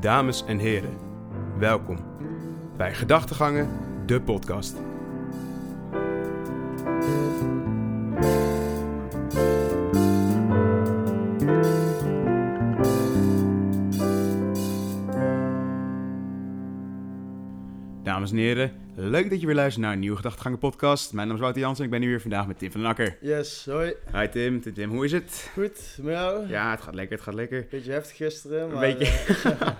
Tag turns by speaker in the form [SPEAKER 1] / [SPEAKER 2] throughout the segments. [SPEAKER 1] dames en heren. Welkom bij Gedachtegangen, de podcast. Dames en heren, leuk dat je weer luistert naar een nieuwe Gedachtegangen podcast. Mijn naam is Wouter Jansen en ik ben hier weer vandaag met Tim van den Akker.
[SPEAKER 2] Yes, hoi.
[SPEAKER 1] Hi Tim, Tim, Tim, hoe is het?
[SPEAKER 2] Goed, met jou?
[SPEAKER 1] Ja, het gaat lekker, het gaat lekker.
[SPEAKER 2] Beetje heftig gisteren,
[SPEAKER 1] Een
[SPEAKER 2] maar...
[SPEAKER 1] beetje.
[SPEAKER 2] eh,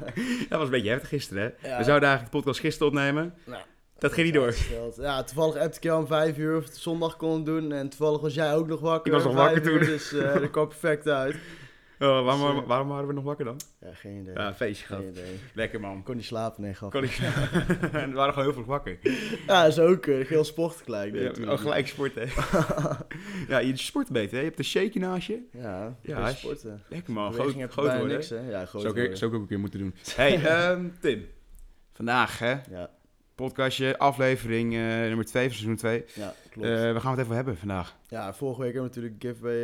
[SPEAKER 1] dat was een beetje heftig gisteren, hè?
[SPEAKER 2] Ja.
[SPEAKER 1] We zouden eigenlijk de podcast gisteren opnemen.
[SPEAKER 2] nou,
[SPEAKER 1] Dat ging niet door.
[SPEAKER 2] dat scheelt. Ja, toevallig appte ik jou om vijf uur of het zondag kon het doen. En toevallig was jij ook nog wakker.
[SPEAKER 1] Ik was nog
[SPEAKER 2] om vijf
[SPEAKER 1] wakker toen.
[SPEAKER 2] uur, dus eh dat kwam perfect uit.
[SPEAKER 1] Oh, waarom,
[SPEAKER 2] Sorry.
[SPEAKER 1] waarom waren we nog wakker dan?
[SPEAKER 2] Ja, geen idee.
[SPEAKER 1] Ja, een feestje gehad.
[SPEAKER 2] geen idee.
[SPEAKER 1] Lekker man.
[SPEAKER 2] Ik kon niet slapen, nee, grap.
[SPEAKER 1] Kon ik... en we waren gewoon heel vroeg wakker.
[SPEAKER 2] Ja, dat is ook eh, heel sport gelijk.
[SPEAKER 1] Ja, oh, gelijk sporten. ja, je sport beter. Hè? Je hebt een shake naast je.
[SPEAKER 2] Ja,
[SPEAKER 1] Ja,
[SPEAKER 2] ja
[SPEAKER 1] als je-
[SPEAKER 2] sporten.
[SPEAKER 1] Lekker man. Groot,
[SPEAKER 2] Beweging heb je
[SPEAKER 1] groot
[SPEAKER 2] bijna
[SPEAKER 1] worden.
[SPEAKER 2] niks, hè? Ja, groot
[SPEAKER 1] Zou ik,
[SPEAKER 2] worden.
[SPEAKER 1] zou ik ook een keer moeten doen. hey, ehm, Tim. Vandaag, hè?
[SPEAKER 2] Ja,
[SPEAKER 1] Podcastje, aflevering eh, nummer 2 van seizoen 2.
[SPEAKER 2] ja, klopt.
[SPEAKER 1] we gaan we het even hebben vandaag.
[SPEAKER 2] ja, vorige week hebben we natuurlijk een giveaway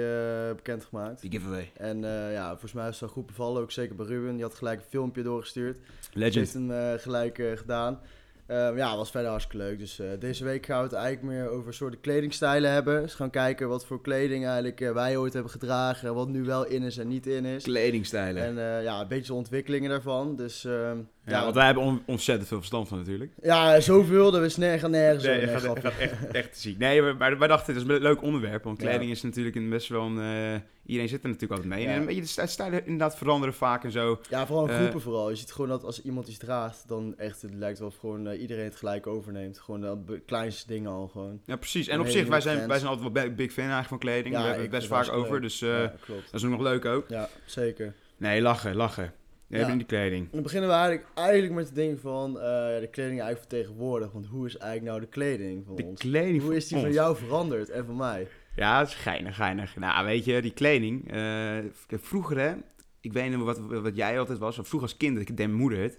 [SPEAKER 2] eh, bekendgemaakt.
[SPEAKER 1] Die giveaway.
[SPEAKER 2] En eh, ja, volgens mij is dat goed bevallen, ook zeker bij Ruben. Die had gelijk een filmpje doorgestuurd.
[SPEAKER 1] Legend.
[SPEAKER 2] Heeft hem eh, gelijk eh, gedaan. Ehm, ja, was verder hartstikke leuk. Dus eh, deze week gaan we het eigenlijk meer over soorten kledingstijlen hebben. Dus gaan kijken wat voor kleding eigenlijk eh, wij ooit hebben gedragen. Wat nu wel in is en niet in is.
[SPEAKER 1] Kledingstijlen.
[SPEAKER 2] En eh, ja, een beetje de ontwikkelingen daarvan. Dus ehm,
[SPEAKER 1] ja, want wij hebben on- ontzettend veel verstand van natuurlijk.
[SPEAKER 2] ja, zoveel, dat is nergens nergens.
[SPEAKER 1] Nee,
[SPEAKER 2] over.
[SPEAKER 1] het
[SPEAKER 2] Nee,
[SPEAKER 1] gaat, het
[SPEAKER 2] grapje.
[SPEAKER 1] gaat echt, echt ziek. Nee, maar- maar wij dachten, het is een leuk onderwerp. Want
[SPEAKER 2] Ja.
[SPEAKER 1] kleding is natuurlijk een best wel een... eh, iedereen zit er natuurlijk altijd mee.
[SPEAKER 2] Ja.
[SPEAKER 1] En een beetje de stij- stijlen inderdaad veranderen vaak en zo.
[SPEAKER 2] Ja, vooral in
[SPEAKER 1] Eh,
[SPEAKER 2] groepen vooral. Je ziet gewoon dat als iemand iets draagt, dan echt, het lijkt wel of gewoon eh, iedereen het gelijk overneemt. Gewoon de be- kleinste dingen al gewoon.
[SPEAKER 1] Ja, precies. En
[SPEAKER 2] Een
[SPEAKER 1] op
[SPEAKER 2] hele
[SPEAKER 1] zich, wij
[SPEAKER 2] nieuwe
[SPEAKER 1] zijn,
[SPEAKER 2] trend.
[SPEAKER 1] wij zijn altijd wel bi- big fan eigenlijk van kleding.
[SPEAKER 2] Ja,
[SPEAKER 1] We hebben het
[SPEAKER 2] ik
[SPEAKER 1] best
[SPEAKER 2] vind
[SPEAKER 1] vaak
[SPEAKER 2] het hartstikke
[SPEAKER 1] over,
[SPEAKER 2] leuk.
[SPEAKER 1] dus eh,
[SPEAKER 2] ja, klopt.
[SPEAKER 1] dat is ook nog leuk ook.
[SPEAKER 2] Ja, zeker.
[SPEAKER 1] Nee, lachen, lachen. We
[SPEAKER 2] Ja.
[SPEAKER 1] hebben die kleding.
[SPEAKER 2] Dan beginnen we eigenlijk, eigenlijk met het ding van eh, de kleding eigenlijk vertegenwoordigt. Want hoe is eigenlijk nou de kleding van
[SPEAKER 1] De
[SPEAKER 2] ons?
[SPEAKER 1] kleding
[SPEAKER 2] Hoe is die van
[SPEAKER 1] ons.
[SPEAKER 2] jou veranderd en van mij?
[SPEAKER 1] Ja, dat is geinig, geinig. Nou, weet je, die kleding. eh, vroeger, hè. Ik weet niet wat, wat jij altijd was. maar Vroeger als kind, ik deed mijn moeder het.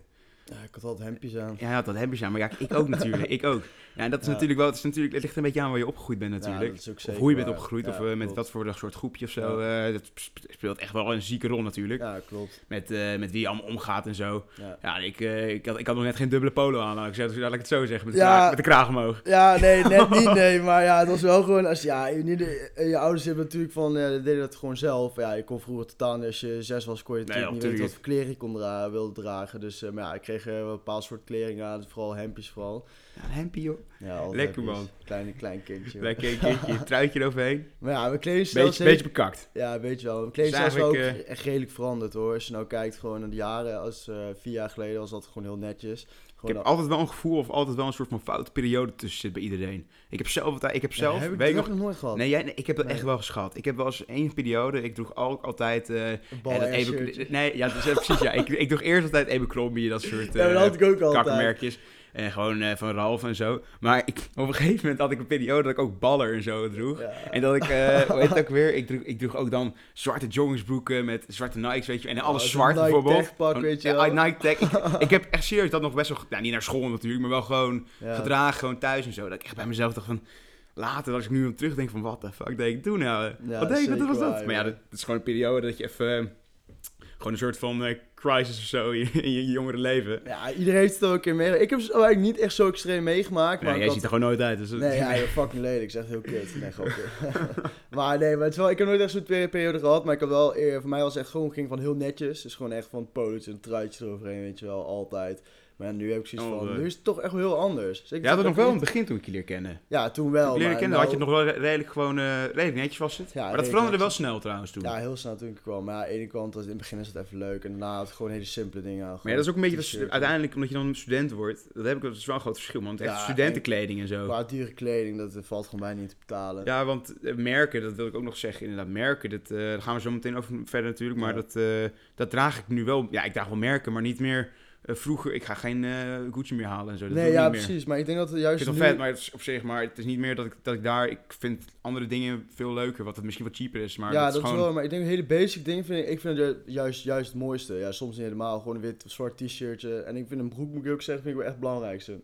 [SPEAKER 2] Ja, ik had altijd hemdjes aan.
[SPEAKER 1] Ja, dat hebben ze aan. Maar ja, ik ook natuurlijk. Ik ook. Ja, en dat is
[SPEAKER 2] Ja.
[SPEAKER 1] natuurlijk wel... Het, is natuurlijk, het ligt een beetje aan waar je opgegroeid bent natuurlijk.
[SPEAKER 2] Ja, dat is ook
[SPEAKER 1] of
[SPEAKER 2] zeker
[SPEAKER 1] hoe je bent
[SPEAKER 2] waar.
[SPEAKER 1] opgegroeid.
[SPEAKER 2] Ja,
[SPEAKER 1] of eh, met
[SPEAKER 2] klopt.
[SPEAKER 1] wat voor soort groepje of zo. eh, dat sp- speelt echt wel een zieke rol natuurlijk.
[SPEAKER 2] Ja, klopt.
[SPEAKER 1] Met, eh, met wie je allemaal omgaat en zo.
[SPEAKER 2] Ja.
[SPEAKER 1] Ja, ik, eh, ik, had, ik had nog net geen dubbele polo aan. Laat ik, zeggen, laat ik het zo zeggen. Met de,
[SPEAKER 2] Ja.
[SPEAKER 1] kraag, met de kraag omhoog.
[SPEAKER 2] Ja, nee, net niet, nee. Maar ja, het was wel gewoon als... Ja, in ieder- eh, je ouders hebben natuurlijk van... eh, deden dat gewoon zelf. Ja, je kon vroeger totaal... niet- Als je zes was, kon je
[SPEAKER 1] Nee,
[SPEAKER 2] natuurlijk niet weten
[SPEAKER 1] natuurlijk
[SPEAKER 2] wat voor kleren je kon dra wilde dragen. Dus eh, maar ja, ik kreeg eh, een bepaald soort kleren aan. Vooral hemdjes vooral.
[SPEAKER 1] Ja, een hempie, joh.
[SPEAKER 2] Ja, altijd
[SPEAKER 1] Lekker,
[SPEAKER 2] hemdjes.
[SPEAKER 1] man.
[SPEAKER 2] Klein, klein kindje.
[SPEAKER 1] Lekker een keertje, een truitje eroverheen.
[SPEAKER 2] Maar ja, mijn kledingstijl...
[SPEAKER 1] Beetje, beetje bekakt.
[SPEAKER 2] Ja, weet je wel. Mijn kledingstijl
[SPEAKER 1] Dus
[SPEAKER 2] is wel ook
[SPEAKER 1] eigenlijk,
[SPEAKER 2] echt redelijk veranderd hoor. Als je nou kijkt gewoon naar de jaren, als eh, vier jaar geleden was dat gewoon heel netjes.
[SPEAKER 1] Ik
[SPEAKER 2] Gewoon
[SPEAKER 1] heb altijd wel een gevoel of altijd wel een soort van foute periode tussen zit bij iedereen. Ik heb zelf, ik heb zelf,
[SPEAKER 2] Ja, heb ik
[SPEAKER 1] weet ik
[SPEAKER 2] die
[SPEAKER 1] nog,
[SPEAKER 2] ook nog nooit gehad.
[SPEAKER 1] Nee, jij, nee, ik heb dat
[SPEAKER 2] Nee.
[SPEAKER 1] echt wel geschat. Ik heb wel eens één periode, ik droeg al, altijd... eh,
[SPEAKER 2] een
[SPEAKER 1] en dat
[SPEAKER 2] en
[SPEAKER 1] Abe-
[SPEAKER 2] shirtje.
[SPEAKER 1] nee, ja, dat is- precies, ja. Ik, ik droeg eerst altijd Abercrombie, dat soort
[SPEAKER 2] Ja, maar dat had
[SPEAKER 1] eh
[SPEAKER 2] ik ook altijd.
[SPEAKER 1] kakkermerkjes. En gewoon eh, van Ralph en zo. Maar ik, op een gegeven moment had ik een periode dat ik ook baller en zo droeg.
[SPEAKER 2] Ja.
[SPEAKER 1] En dat ik, eh hoe heet het ook weer? Ik droeg, ik droeg ook dan zwarte joggingsbroeken met zwarte Nikes, weet je. En alles
[SPEAKER 2] Oh, zo'n
[SPEAKER 1] zwart
[SPEAKER 2] Nike
[SPEAKER 1] bijvoorbeeld.
[SPEAKER 2] Tech pak,
[SPEAKER 1] Gewoon-
[SPEAKER 2] weet je
[SPEAKER 1] ja,
[SPEAKER 2] wel.
[SPEAKER 1] Nike Tech. Ik, ik heb echt serieus dat nog best wel, ge- nou, niet naar school natuurlijk, maar wel gewoon
[SPEAKER 2] Ja.
[SPEAKER 1] gedragen, gewoon thuis en zo. Dat ik echt bij mezelf dacht van, later als ik nu om terugdenk van, wat de fuck deed ik toen nou?
[SPEAKER 2] Ja,
[SPEAKER 1] wat deed ik, wat
[SPEAKER 2] zeker
[SPEAKER 1] was dat?
[SPEAKER 2] waar,
[SPEAKER 1] maar ja,
[SPEAKER 2] ja.
[SPEAKER 1] dat, dat is gewoon een periode dat je even, eh, gewoon een soort van eh, crisis of zo in je, in je jongere leven.
[SPEAKER 2] Ja, iedereen heeft het wel een keer meegemaakt. Ik heb het eigenlijk niet echt zo extreem meegemaakt. Maar
[SPEAKER 1] Nee, jij
[SPEAKER 2] ik
[SPEAKER 1] ziet er
[SPEAKER 2] had...
[SPEAKER 1] gewoon nooit uit. Dus dat-
[SPEAKER 2] Nee, ja, joh, fucking lelijk. Ik zeg heel kut. Nee, grapje. maar nee, maar het is wel, ik heb nooit echt zo'n peri- periode gehad. Maar ik heb wel, eer- voor mij was het echt gewoon, ging van heel netjes. Dus gewoon echt van polo's en truitjes eroverheen, weet je wel, altijd. Maar nu heb ik zoiets
[SPEAKER 1] Oh,
[SPEAKER 2] van,
[SPEAKER 1] leuk.
[SPEAKER 2] nu is het toch echt wel heel anders. Dus ik
[SPEAKER 1] Je had het nog
[SPEAKER 2] vind-
[SPEAKER 1] wel in het begin toen ik je leer kennen.
[SPEAKER 2] Ja, toen wel.
[SPEAKER 1] Toen ik leerde
[SPEAKER 2] maar
[SPEAKER 1] kennen had je
[SPEAKER 2] nou-
[SPEAKER 1] het nog wel re- redelijk gewoon, eh, redelijk netjes was het.
[SPEAKER 2] Ja,
[SPEAKER 1] maar dat
[SPEAKER 2] redelijk
[SPEAKER 1] veranderde wel
[SPEAKER 2] netjes.
[SPEAKER 1] snel trouwens toen.
[SPEAKER 2] Ja, heel snel toen ik kwam. Maar ja, aan de ene kant, was, in het begin is het even leuk. En daarna had ik gewoon hele simpele dingen aan.
[SPEAKER 1] Maar ja, dat is ook een beetje, dat,
[SPEAKER 2] T-shirt.
[SPEAKER 1] stu- uiteindelijk omdat je dan student wordt, dat heb ik dat is wel een groot verschil, man. Want echt
[SPEAKER 2] Ja,
[SPEAKER 1] studentenkleding en zo.
[SPEAKER 2] Qua dure kleding, dat eh, valt gewoon bijna niet te betalen.
[SPEAKER 1] Ja, want eh, merken, dat wil ik ook nog zeggen, inderdaad, merken, dat, eh, daar gaan we zo meteen over verder natuurlijk, maar
[SPEAKER 2] Ja.
[SPEAKER 1] dat, eh, dat draag ik nu wel, ja, ik draag wel merken, maar niet meer eh, vroeger, ik ga geen eh Gucci meer halen en zo, dat
[SPEAKER 2] nee,
[SPEAKER 1] doe ik
[SPEAKER 2] ja,
[SPEAKER 1] niet meer.
[SPEAKER 2] precies. Maar ik denk dat het
[SPEAKER 1] Ik
[SPEAKER 2] juist
[SPEAKER 1] vind het
[SPEAKER 2] nu...
[SPEAKER 1] wel vet, maar het is op zich, maar het is niet meer dat ik, dat ik daar, ik vind andere dingen veel leuker, wat het misschien wat cheaper is, maar
[SPEAKER 2] ja,
[SPEAKER 1] dat
[SPEAKER 2] dat,
[SPEAKER 1] is
[SPEAKER 2] is
[SPEAKER 1] gewoon...
[SPEAKER 2] wel, maar ik denk hele basic dingen vind ik, ik vind het juist, juist het mooiste. Ja, soms niet helemaal, gewoon een wit of zwart t-shirtje. En ik vind een broek, moet ik ook zeggen, vind ik wel echt het belangrijkste. En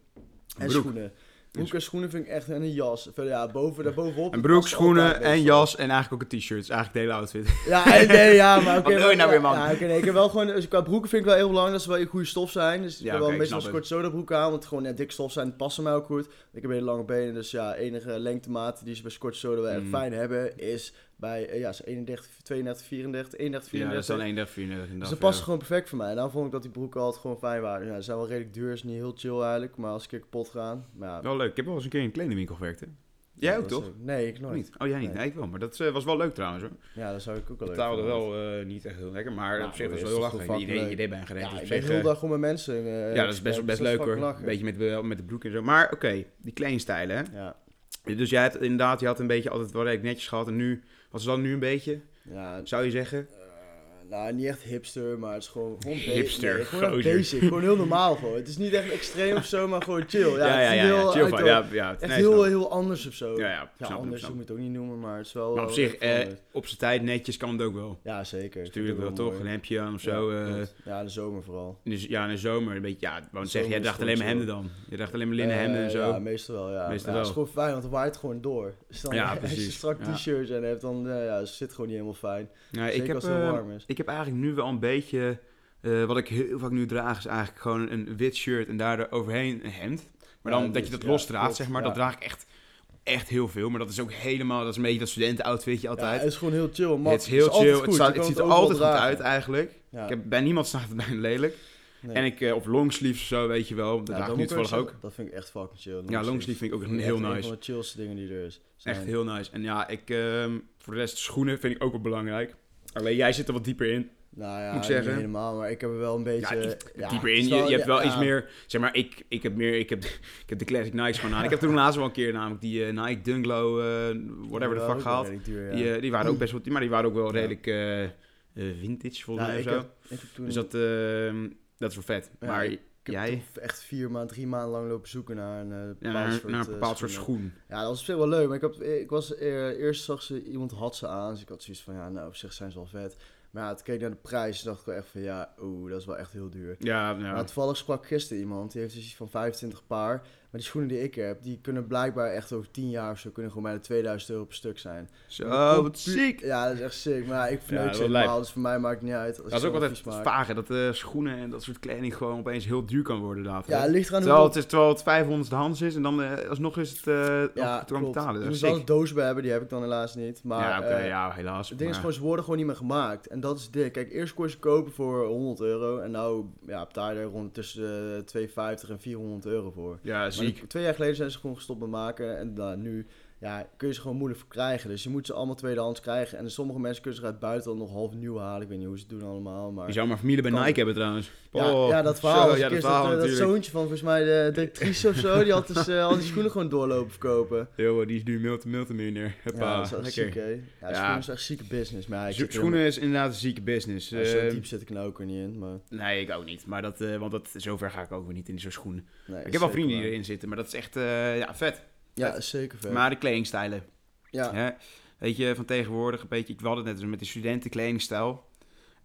[SPEAKER 1] Broek.
[SPEAKER 2] schoenen. Broek en schoenen vind ik echt en een jas. Verder, ja, boven, daarbovenop.
[SPEAKER 1] Een
[SPEAKER 2] dat
[SPEAKER 1] broek,
[SPEAKER 2] past altijd
[SPEAKER 1] schoenen
[SPEAKER 2] best
[SPEAKER 1] en
[SPEAKER 2] wel.
[SPEAKER 1] jas en eigenlijk ook een t-shirt. is eigenlijk de hele outfit.
[SPEAKER 2] Ja, en- nee, ja, maar oké.
[SPEAKER 1] Wat wil je nou
[SPEAKER 2] maar-
[SPEAKER 1] weer, man?
[SPEAKER 2] Ja, oké, nee, ik heb wel gewoon, dus qua broeken vind ik wel heel belangrijk dat ze wel een goede stof zijn. Dus
[SPEAKER 1] Ja,
[SPEAKER 2] ik heb
[SPEAKER 1] oké,
[SPEAKER 2] wel
[SPEAKER 1] ik
[SPEAKER 2] meestal een
[SPEAKER 1] snap
[SPEAKER 2] kort soda broeken aan, want het gewoon net dik stof zijn, passen mij ook goed. Ik heb hele lange benen, dus ja, enige lengtemaat die ze bij kort soda wel erg
[SPEAKER 1] Mm.
[SPEAKER 2] fijn hebben is bij eh, ja, is 31, 32, 34, 31,
[SPEAKER 1] Ja, dat is
[SPEAKER 2] 34.
[SPEAKER 1] dan 1 dag, 34 en
[SPEAKER 2] dus
[SPEAKER 1] dag. eh,
[SPEAKER 2] dat past gewoon perfect voor mij. En dan vond ik dat die broeken altijd gewoon fijn waren. Ja, ze zijn wel redelijk duur, is niet heel chill eigenlijk, maar als ik keer kapot gaan, maar ja,
[SPEAKER 1] Wel leuk. Ik heb wel eens een keer in een kledingwinkel gewerkt, hè?
[SPEAKER 2] ja,
[SPEAKER 1] Jij ook
[SPEAKER 2] dat
[SPEAKER 1] toch?
[SPEAKER 2] is- Nee, ik
[SPEAKER 1] Of
[SPEAKER 2] nooit.
[SPEAKER 1] Niet. Oh, jij niet.
[SPEAKER 2] Nee.
[SPEAKER 1] Nee, ik wel. Maar dat eh, was wel leuk trouwens, hoor.
[SPEAKER 2] Ja, dat zou ik ook wel leuk
[SPEAKER 1] betaalde
[SPEAKER 2] vinden.
[SPEAKER 1] wel eh, niet echt heel lekker, maar
[SPEAKER 2] Nou,
[SPEAKER 1] op zich was
[SPEAKER 2] is
[SPEAKER 1] het wel heel
[SPEAKER 2] toch
[SPEAKER 1] lachen. Je
[SPEAKER 2] fucking
[SPEAKER 1] deed- Je
[SPEAKER 2] leuk.
[SPEAKER 1] deed bij een gereden.
[SPEAKER 2] Ja,
[SPEAKER 1] dus
[SPEAKER 2] ik
[SPEAKER 1] op
[SPEAKER 2] ben
[SPEAKER 1] zich,
[SPEAKER 2] heel
[SPEAKER 1] eh,
[SPEAKER 2] dag gewoon met mensen. eh,
[SPEAKER 1] ja, dat is best,
[SPEAKER 2] dus
[SPEAKER 1] best
[SPEAKER 2] dat
[SPEAKER 1] leuk hoor.
[SPEAKER 2] fucking lachen.
[SPEAKER 1] Beetje met, de- met de broek en zo. Maar oké, die kledingstijlen. Hè?
[SPEAKER 2] Ja.
[SPEAKER 1] Dus jij hebt inderdaad, je had een beetje altijd wel redelijk netjes gehad. En nu, wat is dan nu een beetje,
[SPEAKER 2] Ja, het-
[SPEAKER 1] zou je zeggen?
[SPEAKER 2] eh, nou, niet echt hipster, maar het is gewoon... gewoon ba-
[SPEAKER 1] Hipster,
[SPEAKER 2] nee, gewoon echt
[SPEAKER 1] gozer.
[SPEAKER 2] basic. Gewoon heel normaal gewoon. Het is niet echt extreem of zo, maar gewoon chill. Ja, het is niet heel
[SPEAKER 1] chill
[SPEAKER 2] uit-
[SPEAKER 1] van. Ja, ja,
[SPEAKER 2] Echt
[SPEAKER 1] nee,
[SPEAKER 2] heel,
[SPEAKER 1] snap ik.
[SPEAKER 2] heel anders of zo.
[SPEAKER 1] Ja, ja, snap ik,
[SPEAKER 2] anders,
[SPEAKER 1] snap
[SPEAKER 2] moet
[SPEAKER 1] ik.
[SPEAKER 2] ik het ook niet noemen, maar het is wel...
[SPEAKER 1] Maar op
[SPEAKER 2] wel
[SPEAKER 1] zich,
[SPEAKER 2] echt
[SPEAKER 1] eh,
[SPEAKER 2] veranderd.
[SPEAKER 1] op zijn tijd netjes kan het ook wel.
[SPEAKER 2] ja, zeker. Ik vind
[SPEAKER 1] Natuurlijk
[SPEAKER 2] het
[SPEAKER 1] wel,
[SPEAKER 2] ook
[SPEAKER 1] toch?
[SPEAKER 2] mooi.
[SPEAKER 1] Een hemdje aan of zo.
[SPEAKER 2] Ja,
[SPEAKER 1] eh,
[SPEAKER 2] klopt. ja, de zomer vooral.
[SPEAKER 1] in de- ja, in de zomer een beetje, ja, want zeg,
[SPEAKER 2] zomer
[SPEAKER 1] jij
[SPEAKER 2] is
[SPEAKER 1] dacht
[SPEAKER 2] gewoon
[SPEAKER 1] alleen maar hemden
[SPEAKER 2] chill.
[SPEAKER 1] dan. Je dacht alleen maar linnen hemden en
[SPEAKER 2] Eh,
[SPEAKER 1] zo.
[SPEAKER 2] Ja, meestal wel, ja.
[SPEAKER 1] Meestal
[SPEAKER 2] ja, het is
[SPEAKER 1] wel.
[SPEAKER 2] gewoon fijn, want het waait gewoon door. Dus dan,
[SPEAKER 1] Ja,
[SPEAKER 2] Als je
[SPEAKER 1] precies.
[SPEAKER 2] strak
[SPEAKER 1] Ja.
[SPEAKER 2] t-shirts en hebt, dan eh, ja, het zit gewoon niet helemaal fijn.
[SPEAKER 1] Nou,
[SPEAKER 2] Zeker
[SPEAKER 1] ik heb,
[SPEAKER 2] als het heel
[SPEAKER 1] eh,
[SPEAKER 2] warm is.
[SPEAKER 1] Ik heb eigenlijk nu wel een beetje. eh, wat ik heel vaak nu draag is eigenlijk gewoon een wit shirt en daar overheen een hemd. Maar
[SPEAKER 2] Ja,
[SPEAKER 1] dan
[SPEAKER 2] een
[SPEAKER 1] dat
[SPEAKER 2] wit,
[SPEAKER 1] je dat
[SPEAKER 2] ja,
[SPEAKER 1] los draagt,
[SPEAKER 2] klopt,
[SPEAKER 1] zeg maar,
[SPEAKER 2] ja.
[SPEAKER 1] dat draag ik echt, echt heel veel. Maar dat is ook helemaal, dat is een beetje dat studentenoutfitje
[SPEAKER 2] Ja,
[SPEAKER 1] altijd.
[SPEAKER 2] het is gewoon heel chill. man.
[SPEAKER 1] het is heel chill, het, staat- het ziet er altijd goed uit
[SPEAKER 2] uit.
[SPEAKER 1] eigenlijk. Ik heb, bij niemand staat het bijna lelijk.
[SPEAKER 2] Nee.
[SPEAKER 1] En ik, eh, of longsleeves of zo, weet je wel, dat
[SPEAKER 2] Ja,
[SPEAKER 1] draag ik
[SPEAKER 2] dat
[SPEAKER 1] nu
[SPEAKER 2] moet ik
[SPEAKER 1] toevallig ook.
[SPEAKER 2] zeggen. Dat vind ik echt fucking chill.
[SPEAKER 1] Ja, longsleeve vind ik ook heel
[SPEAKER 2] Echt Een
[SPEAKER 1] nice.
[SPEAKER 2] van de chillste dingen die er is. Zijn.
[SPEAKER 1] Echt heel nice. En ja, ik, ehm, voor de rest, schoenen vind ik ook wel belangrijk. Alleen jij zit er wat dieper in.
[SPEAKER 2] Nou ja,
[SPEAKER 1] moet ik
[SPEAKER 2] niet
[SPEAKER 1] zeggen.
[SPEAKER 2] helemaal, maar ik heb er wel
[SPEAKER 1] Ja,
[SPEAKER 2] een beetje...
[SPEAKER 1] iets
[SPEAKER 2] ja,
[SPEAKER 1] dieper
[SPEAKER 2] het
[SPEAKER 1] in.
[SPEAKER 2] is
[SPEAKER 1] Je, je hebt wel
[SPEAKER 2] ja,
[SPEAKER 1] iets meer. Zeg maar, ik, ik heb meer. Ik heb, ik heb de Classic Nikes gewoon aan. Ik heb toen laatst wel een keer namelijk die eh, Nike Dunglow, eh, whatever the
[SPEAKER 2] wel
[SPEAKER 1] fuck
[SPEAKER 2] ook
[SPEAKER 1] gehaald.
[SPEAKER 2] redelijk duur, ja.
[SPEAKER 1] Die, eh, die waren ook best wel. die- Maar die waren ook wel
[SPEAKER 2] Ja.
[SPEAKER 1] redelijk eh, eh, vintage volgens
[SPEAKER 2] Nou,
[SPEAKER 1] mij.
[SPEAKER 2] ik
[SPEAKER 1] of zo.
[SPEAKER 2] heb- ik heb toen-
[SPEAKER 1] Dus dat, ehm, dat is wel vet.
[SPEAKER 2] Ja,
[SPEAKER 1] maar
[SPEAKER 2] ik Ik heb
[SPEAKER 1] jij.
[SPEAKER 2] toen echt vier maanden, drie maanden lang lopen zoeken naar een eh,
[SPEAKER 1] Ja,
[SPEAKER 2] bepaald
[SPEAKER 1] naar,
[SPEAKER 2] soort,
[SPEAKER 1] naar een
[SPEAKER 2] eh,
[SPEAKER 1] bepaald soort
[SPEAKER 2] schoenen.
[SPEAKER 1] schoen.
[SPEAKER 2] Ja, dat was op zich wel leuk. Maar ik, had, ik was eh, eerst zag ze, iemand had ze aan. Dus ik had zoiets van, ja, nou op zich zijn ze wel vet. Maar ja, toen keek ik naar de prijs en dacht ik wel echt van, ja, oeh, dat is wel echt heel duur.
[SPEAKER 1] Ja,
[SPEAKER 2] Maar
[SPEAKER 1] ja.
[SPEAKER 2] toevallig sprak gisteren iemand, die heeft dus iets van 25 paar. Maar die schoenen die ik heb, die kunnen blijkbaar echt over 10 jaar of zo, kunnen gewoon bijna 2000 euro per stuk zijn.
[SPEAKER 1] Zo, wat ziek.
[SPEAKER 2] Ja, dat is echt sick. Maar ja, ik
[SPEAKER 1] Ja,
[SPEAKER 2] verneuk
[SPEAKER 1] dat
[SPEAKER 2] ze
[SPEAKER 1] lijkt.
[SPEAKER 2] helemaal, dus voor mij maakt het niet uit. Als
[SPEAKER 1] Dat
[SPEAKER 2] ik
[SPEAKER 1] is ook
[SPEAKER 2] zelf
[SPEAKER 1] altijd
[SPEAKER 2] iets maak.
[SPEAKER 1] vaag, hè, dat eh, schoenen en dat soort kleding gewoon opeens heel duur kan worden later.
[SPEAKER 2] Ja,
[SPEAKER 1] hè?
[SPEAKER 2] het ligt eraan
[SPEAKER 1] Terwijl
[SPEAKER 2] hoeveel
[SPEAKER 1] het, is, terwijl het 500 de Hans is en dan eh, alsnog is het eh ja, te kan
[SPEAKER 2] klopt.
[SPEAKER 1] betalen.
[SPEAKER 2] Je
[SPEAKER 1] Dat is
[SPEAKER 2] moet
[SPEAKER 1] sick.
[SPEAKER 2] wel een doos bij hebben, die heb ik dan helaas niet. Maar
[SPEAKER 1] ja, oké,
[SPEAKER 2] eh,
[SPEAKER 1] ja, helaas.
[SPEAKER 2] het ding is
[SPEAKER 1] maar-
[SPEAKER 2] gewoon, ze worden gewoon niet meer gemaakt. En dat is dik. Kijk, eerst kon je ze kopen voor 100 euro. En nou ja, betaal je er rond tussen de 250 en 400 euro voor.
[SPEAKER 1] Ja,
[SPEAKER 2] Maar
[SPEAKER 1] ziek.
[SPEAKER 2] dat- twee jaar geleden zijn ze gewoon gestopt met maken. En nou, nu ja, kun je ze gewoon moeilijk verkrijgen. Dus je moet ze allemaal tweedehands krijgen. En sommige mensen kunnen ze uit het buitenland nog half nieuw halen. Ik weet niet hoe ze het doen allemaal. Maar...
[SPEAKER 1] Je zou maar familie bij
[SPEAKER 2] Kan.
[SPEAKER 1] Nike hebben trouwens.
[SPEAKER 2] Ja,
[SPEAKER 1] Oh,
[SPEAKER 2] ja, dat verhaal.
[SPEAKER 1] zo,
[SPEAKER 2] was een
[SPEAKER 1] ja,
[SPEAKER 2] keer
[SPEAKER 1] dat
[SPEAKER 2] dat,
[SPEAKER 1] verhaal
[SPEAKER 2] eh, dat,
[SPEAKER 1] natuurlijk.
[SPEAKER 2] zoontje van volgens mij de directrice of zo. Die had dus eh, al die schoenen gewoon doorlopen verkopen.
[SPEAKER 1] Yo, die is nu multi miljonair.
[SPEAKER 2] Ja,
[SPEAKER 1] Huppa,
[SPEAKER 2] dat is echt
[SPEAKER 1] lekker.
[SPEAKER 2] ziek, eh, hè? Ja,
[SPEAKER 1] Ja.
[SPEAKER 2] schoenen is echt zieke business. Maar ja, ik
[SPEAKER 1] Zo-
[SPEAKER 2] zit er-
[SPEAKER 1] Schoenen is inderdaad een zieke business.
[SPEAKER 2] ja, zo
[SPEAKER 1] Eh,
[SPEAKER 2] diep zit ik nou ook weer niet in, maar...
[SPEAKER 1] nee, ik ook niet. Maar dat, eh, want dat, zover ga ik ook weer niet in zo'n schoenen.
[SPEAKER 2] Nee,
[SPEAKER 1] ik heb wel vrienden die
[SPEAKER 2] erin.
[SPEAKER 1] erin zitten, maar dat is echt eh, ja, vet.
[SPEAKER 2] Ja, is zeker vet.
[SPEAKER 1] Maar de kledingstijlen.
[SPEAKER 2] ja,
[SPEAKER 1] Hè? Weet je, van tegenwoordig een beetje, ik had het net dus met die studentenkledingstijl.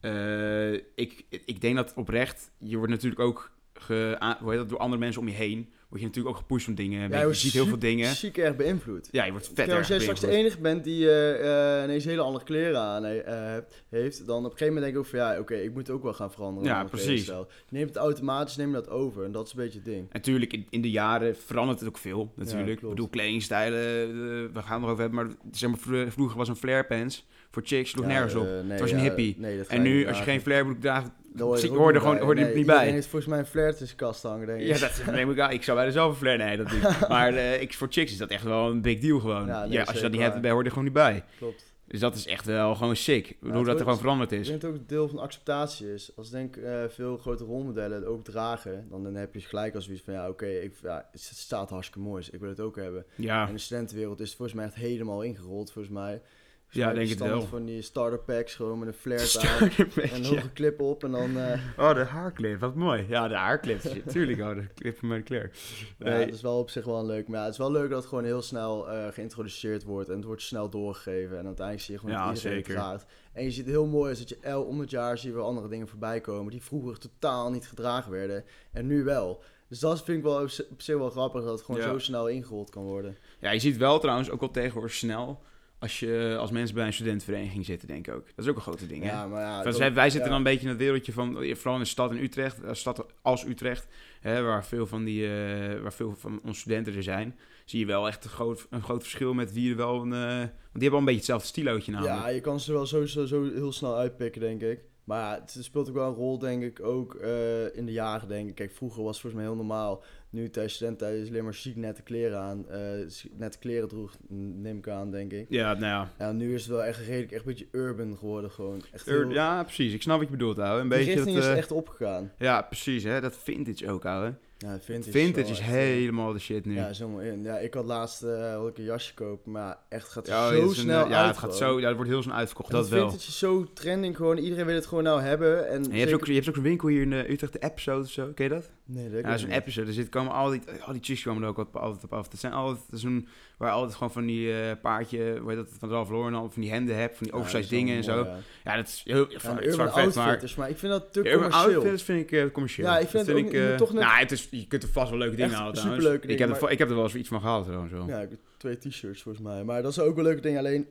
[SPEAKER 1] Eh, ik, ik denk dat oprecht, je wordt natuurlijk ook ge, a- hoe heet dat, door andere mensen om je heen, word je natuurlijk ook gepusht om dingen. weet je, je
[SPEAKER 2] wordt
[SPEAKER 1] ziet heel veel
[SPEAKER 2] super-
[SPEAKER 1] dingen.
[SPEAKER 2] ziek erg beïnvloed.
[SPEAKER 1] Ja, je wordt vet
[SPEAKER 2] Kijk, als
[SPEAKER 1] erg
[SPEAKER 2] jij straks de
[SPEAKER 1] beïnvloed.
[SPEAKER 2] enige bent die eh, eh, ineens hele andere kleren aan eh, eh, heeft, dan op een gegeven moment denk ik ook van ja, oké, ik moet ook wel gaan veranderen.
[SPEAKER 1] Ja,
[SPEAKER 2] aan mijn
[SPEAKER 1] precies.
[SPEAKER 2] kledingstijl. Je neemt het automatisch, neem je dat over. En dat is een beetje het ding.
[SPEAKER 1] Natuurlijk, in, in de jaren verandert het ook veel, natuurlijk. ik
[SPEAKER 2] klopt.
[SPEAKER 1] bedoel, kledingstijlen, eh, we gaan het erover hebben, maar, zeg maar vro- vroeger was een flare pants voor chicks, sloeg
[SPEAKER 2] Ja,
[SPEAKER 1] nergens op.
[SPEAKER 2] eh, nee,
[SPEAKER 1] was een
[SPEAKER 2] ja,
[SPEAKER 1] hippie.
[SPEAKER 2] nee, dat ga
[SPEAKER 1] en
[SPEAKER 2] je
[SPEAKER 1] nu,
[SPEAKER 2] niet
[SPEAKER 1] als je
[SPEAKER 2] dragen.
[SPEAKER 1] geen flarebroek draagt,
[SPEAKER 2] Dan hoor je
[SPEAKER 1] zie-
[SPEAKER 2] er ook
[SPEAKER 1] hoor
[SPEAKER 2] niet
[SPEAKER 1] er gewoon
[SPEAKER 2] bij.
[SPEAKER 1] hoor er
[SPEAKER 2] Nee,
[SPEAKER 1] niet bij.
[SPEAKER 2] iedereen heeft volgens mij een flair tussen kast hangen, denk ik.
[SPEAKER 1] Ja, dat neem ik aan. Ik zou bij zelf een flare. Nee, dat niet. Maar eh, ik, voor chicks is dat echt wel een big deal gewoon.
[SPEAKER 2] Ja,
[SPEAKER 1] Ja,
[SPEAKER 2] nee,
[SPEAKER 1] als je
[SPEAKER 2] zeker
[SPEAKER 1] dat niet
[SPEAKER 2] waar.
[SPEAKER 1] hebt, bij hoort er gewoon niet bij.
[SPEAKER 2] klopt.
[SPEAKER 1] Dus dat is echt wel gewoon sick. Hoe
[SPEAKER 2] het
[SPEAKER 1] dat er
[SPEAKER 2] wordt-
[SPEAKER 1] gewoon veranderd
[SPEAKER 2] Ik
[SPEAKER 1] is.
[SPEAKER 2] denk dat het ook deel van acceptatie is. Als denk ik, eh, veel grote rolmodellen het ook dragen, dan, dan heb je gelijk als zoiets van ja, oké, ik- ja, het staat hartstikke mooi, dus ik wil het ook hebben.
[SPEAKER 1] Ja,
[SPEAKER 2] In de studentenwereld is het volgens mij echt helemaal ingerold, volgens mij.
[SPEAKER 1] Ja, denk het
[SPEAKER 2] het
[SPEAKER 1] wel.
[SPEAKER 2] van die starter packs gewoon met een flair aan.
[SPEAKER 1] Starter pack,
[SPEAKER 2] En een
[SPEAKER 1] ja.
[SPEAKER 2] hoge clip op en dan... eh,
[SPEAKER 1] Oh, de haarclip, wat mooi. Ja, de haarclip. shit, Tuurlijk, oh, de clip van mijn kleur.
[SPEAKER 2] Ja, dus- het is wel op zich wel een leuk. Maar ja, het is wel leuk dat het gewoon heel snel eh, geïntroduceerd wordt. En het wordt snel doorgegeven. En uiteindelijk zie je gewoon
[SPEAKER 1] Ja,
[SPEAKER 2] dat iedereen het
[SPEAKER 1] zeker.
[SPEAKER 2] draagt. En je ziet heel mooi is dat je el om het jaar zie je weer andere dingen voorbij komen. Die vroeger totaal niet gedragen werden. En nu wel. Dus dat vind ik wel op zi- op zich wel grappig. Dat het gewoon
[SPEAKER 1] Ja.
[SPEAKER 2] zo snel ingerold kan worden.
[SPEAKER 1] Ja, je ziet wel trouwens ook wel tegenwoordig snel als, je, als mensen bij een studentenvereniging zitten, denk ik ook. Dat is ook een grote ding, hè?
[SPEAKER 2] Ja, maar ja,
[SPEAKER 1] Want
[SPEAKER 2] Ah, dat-
[SPEAKER 1] wij, wij zitten
[SPEAKER 2] ja.
[SPEAKER 1] dan een beetje in het wereldje van, vooral in de stad in Utrecht, een stad als Utrecht, hè, waar, veel van die, eh, waar veel van onze studenten er zijn, zie je wel echt een groot, een groot verschil met wie er wel een... eh, want die hebben wel een beetje hetzelfde stilootje namelijk.
[SPEAKER 2] Ja, je kan ze wel sowieso zo heel snel uitpikken, denk ik. Maar ja, het speelt ook wel een rol, denk ik, ook eh, in de jaren, denk ik. Kijk, vroeger was het volgens mij heel normaal. Nu tijdens studententijd is alleen maar chic nette kleren aan. eh, chic nette kleren droeg, n- neem ik aan, denk ik.
[SPEAKER 1] Ja, nou ja.
[SPEAKER 2] Ja, nu is het wel echt redelijk echt een beetje urban geworden, gewoon. Echt
[SPEAKER 1] Er-
[SPEAKER 2] heel-
[SPEAKER 1] ja, precies. Ik snap wat je bedoelt, ouwe. Een
[SPEAKER 2] de
[SPEAKER 1] beetje
[SPEAKER 2] richting
[SPEAKER 1] dat,
[SPEAKER 2] is
[SPEAKER 1] eh,
[SPEAKER 2] echt opgegaan.
[SPEAKER 1] Ja, precies, hè. Dat vintage ook, ouwe.
[SPEAKER 2] Ja, vintage,
[SPEAKER 1] Vintage,
[SPEAKER 2] wel
[SPEAKER 1] is
[SPEAKER 2] echt, eh,
[SPEAKER 1] helemaal de shit nu.
[SPEAKER 2] Ja,
[SPEAKER 1] Ja,
[SPEAKER 2] is helemaal in. Ja, ik had laatst eh, wilde ik een jasje kopen, maar echt gaat
[SPEAKER 1] dit
[SPEAKER 2] zo
[SPEAKER 1] is een,
[SPEAKER 2] snel
[SPEAKER 1] eh, ja,
[SPEAKER 2] uit
[SPEAKER 1] het gaat
[SPEAKER 2] gewoon.
[SPEAKER 1] zo... Ja, het wordt heel snel uitverkocht, dat
[SPEAKER 2] En
[SPEAKER 1] wel.
[SPEAKER 2] vintage is zo trending gewoon. Iedereen wil het gewoon nou hebben. En
[SPEAKER 1] En je, hebt
[SPEAKER 2] zeker-
[SPEAKER 1] ook, je hebt ook een winkel hier in eh, Utrecht, de Episode of zo, ken je dat?
[SPEAKER 2] Nee, dat weet ik
[SPEAKER 1] Ja,
[SPEAKER 2] ook
[SPEAKER 1] zo'n
[SPEAKER 2] niet.
[SPEAKER 1] episode. Er zit, komen al die, al die chicks komen er ook wat- altijd op af. Het zijn altijd zo'n, waar altijd gewoon van die eh, paardje, hoe heet dat, van Ralph Lauren, al van die hemden hebt, van die
[SPEAKER 2] Ja, dat
[SPEAKER 1] oversized
[SPEAKER 2] is wel
[SPEAKER 1] dingen en
[SPEAKER 2] mooi,
[SPEAKER 1] zo.
[SPEAKER 2] Ja.
[SPEAKER 1] Ja, dat is heel,
[SPEAKER 2] Ja,
[SPEAKER 1] van,
[SPEAKER 2] de
[SPEAKER 1] het is
[SPEAKER 2] urban
[SPEAKER 1] wel vet, maar...
[SPEAKER 2] outfitters, maar ik vind dat te
[SPEAKER 1] Ja, urban
[SPEAKER 2] commercieel.
[SPEAKER 1] outfitters vind ik eh, commercieel.
[SPEAKER 2] Ja, ik vind
[SPEAKER 1] Dat
[SPEAKER 2] het ook niet-
[SPEAKER 1] eh,
[SPEAKER 2] toch net-
[SPEAKER 1] nou, het is, je kunt er vast wel leuke dingen
[SPEAKER 2] Echt
[SPEAKER 1] halen trouwens. ik,
[SPEAKER 2] superleuke dingen,
[SPEAKER 1] heb er,
[SPEAKER 2] maar-
[SPEAKER 1] ik heb er wel eens iets van gehaald trouwens wel.
[SPEAKER 2] Ja, ik heb twee t-shirts volgens mij. Maar dat is ook wel leuke ding, alleen...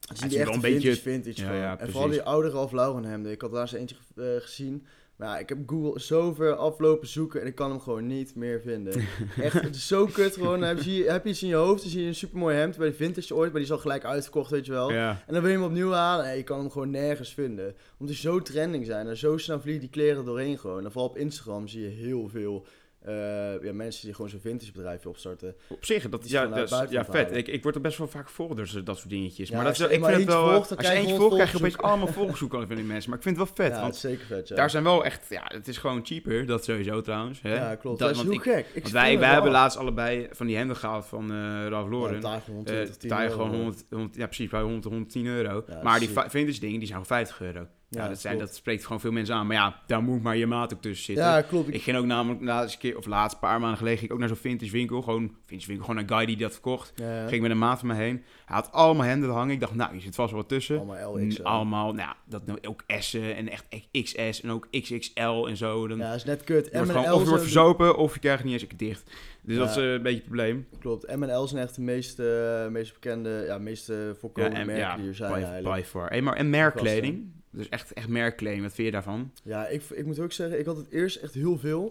[SPEAKER 2] Het is
[SPEAKER 1] is
[SPEAKER 2] die
[SPEAKER 1] wel
[SPEAKER 2] echt
[SPEAKER 1] een
[SPEAKER 2] vintage,
[SPEAKER 1] beetje-
[SPEAKER 2] vintage
[SPEAKER 1] Ja,
[SPEAKER 2] gewoon.
[SPEAKER 1] ja,
[SPEAKER 2] en
[SPEAKER 1] precies.
[SPEAKER 2] vooral die oude Ralph Lauren hemden. Ik had laatst eentje eh, gezien. Maar ja, ik heb Google zoveel aflopen zoeken en ik kan hem gewoon niet meer vinden. Echt, het is zo kut gewoon. Dan heb je, heb je iets in je hoofd, dan zie je een supermooi hemd bij de vintage ooit. Maar die is al gelijk uitverkocht, weet je wel.
[SPEAKER 1] Ja.
[SPEAKER 2] En dan wil je hem opnieuw halen. Nee, je kan hem gewoon nergens vinden. Omdat ze zo trending zijn. En zo snel vliegen die kleren doorheen gewoon. En vooral op Instagram zie je heel veel eh, ja, mensen die gewoon zo'n vintage bedrijven opstarten.
[SPEAKER 1] Op zich, dat,
[SPEAKER 2] Die
[SPEAKER 1] ja,
[SPEAKER 2] staan
[SPEAKER 1] dat is-
[SPEAKER 2] uit buiten
[SPEAKER 1] ja,
[SPEAKER 2] te
[SPEAKER 1] vet.
[SPEAKER 2] halen.
[SPEAKER 1] Ik, ik word er best wel vaak gevolgd door zo- dat soort dingetjes.
[SPEAKER 2] Ja,
[SPEAKER 1] maar dat is,
[SPEAKER 2] als
[SPEAKER 1] wel-
[SPEAKER 2] je
[SPEAKER 1] ik vind het
[SPEAKER 2] eenmaal
[SPEAKER 1] wel...
[SPEAKER 2] eentje volgt, dan
[SPEAKER 1] als je
[SPEAKER 2] krijg je
[SPEAKER 1] eentje volgt, krijg
[SPEAKER 2] honderd
[SPEAKER 1] je opeens
[SPEAKER 2] volgers.
[SPEAKER 1] allemaal volgerszoeken van die mensen. Maar ik vind het wel vet,
[SPEAKER 2] ja,
[SPEAKER 1] want
[SPEAKER 2] dat is zeker vet, ja.
[SPEAKER 1] Daar zijn wel echt, ja, het is gewoon cheaper, dat sowieso trouwens. Hè?
[SPEAKER 2] ja, klopt.
[SPEAKER 1] Dat,
[SPEAKER 2] Dat, is
[SPEAKER 1] want
[SPEAKER 2] heel
[SPEAKER 1] ik-
[SPEAKER 2] gek. Ik
[SPEAKER 1] want wij, wij hebben laatst allebei van die hemden gehaald van eh Ralph Lauren.
[SPEAKER 2] Daar gewoon
[SPEAKER 1] Eh,
[SPEAKER 2] 120, 10
[SPEAKER 1] betaal je
[SPEAKER 2] euro.
[SPEAKER 1] gewoon 100, 100 ja precies, bij 100, 110 euro.
[SPEAKER 2] Ja,
[SPEAKER 1] maar die
[SPEAKER 2] precies.
[SPEAKER 1] va- vintage dingen, die zijn gewoon 50 euro. Ja,
[SPEAKER 2] Ja,
[SPEAKER 1] dat, zijn,
[SPEAKER 2] klopt.
[SPEAKER 1] dat spreekt gewoon veel mensen aan. Maar ja, daar moet maar je maat ook tussen zitten.
[SPEAKER 2] Ja, klopt. Ik-
[SPEAKER 1] Ik ging ook namelijk laatst keer, of laatst een paar maanden geleden, ging ik ook naar zo'n vintage winkel. Gewoon, vintage winkel, gewoon een guy die dat verkocht.
[SPEAKER 2] ja,
[SPEAKER 1] Ging met een maat van me heen. Hij had allemaal hemden hangen. Ik dacht, nou, hier zit vast wel wat tussen.
[SPEAKER 2] allemaal LX.
[SPEAKER 1] Allemaal, nou, dat nou ook S'en en echt XS en ook XXL en zo. Dan
[SPEAKER 2] Ja, dat is net kut.
[SPEAKER 1] je wordt
[SPEAKER 2] M&L
[SPEAKER 1] gewoon, of je wordt
[SPEAKER 2] zo-
[SPEAKER 1] verzopen of je krijgt niet eens een keer dicht. Dus
[SPEAKER 2] Ja.
[SPEAKER 1] dat is eh, een beetje het probleem.
[SPEAKER 2] Klopt. M&L zijn echt de meest, eh, meest bekende, ja, meest eh, voorkomende
[SPEAKER 1] en-
[SPEAKER 2] merken die er zijn
[SPEAKER 1] by,
[SPEAKER 2] eigenlijk.
[SPEAKER 1] by far. Hey, maar, en merkkleding? Dus echt, echt merkkleding, wat vind je daarvan?
[SPEAKER 2] Ja, ik, ik moet ook zeggen, ik had het eerst echt heel veel.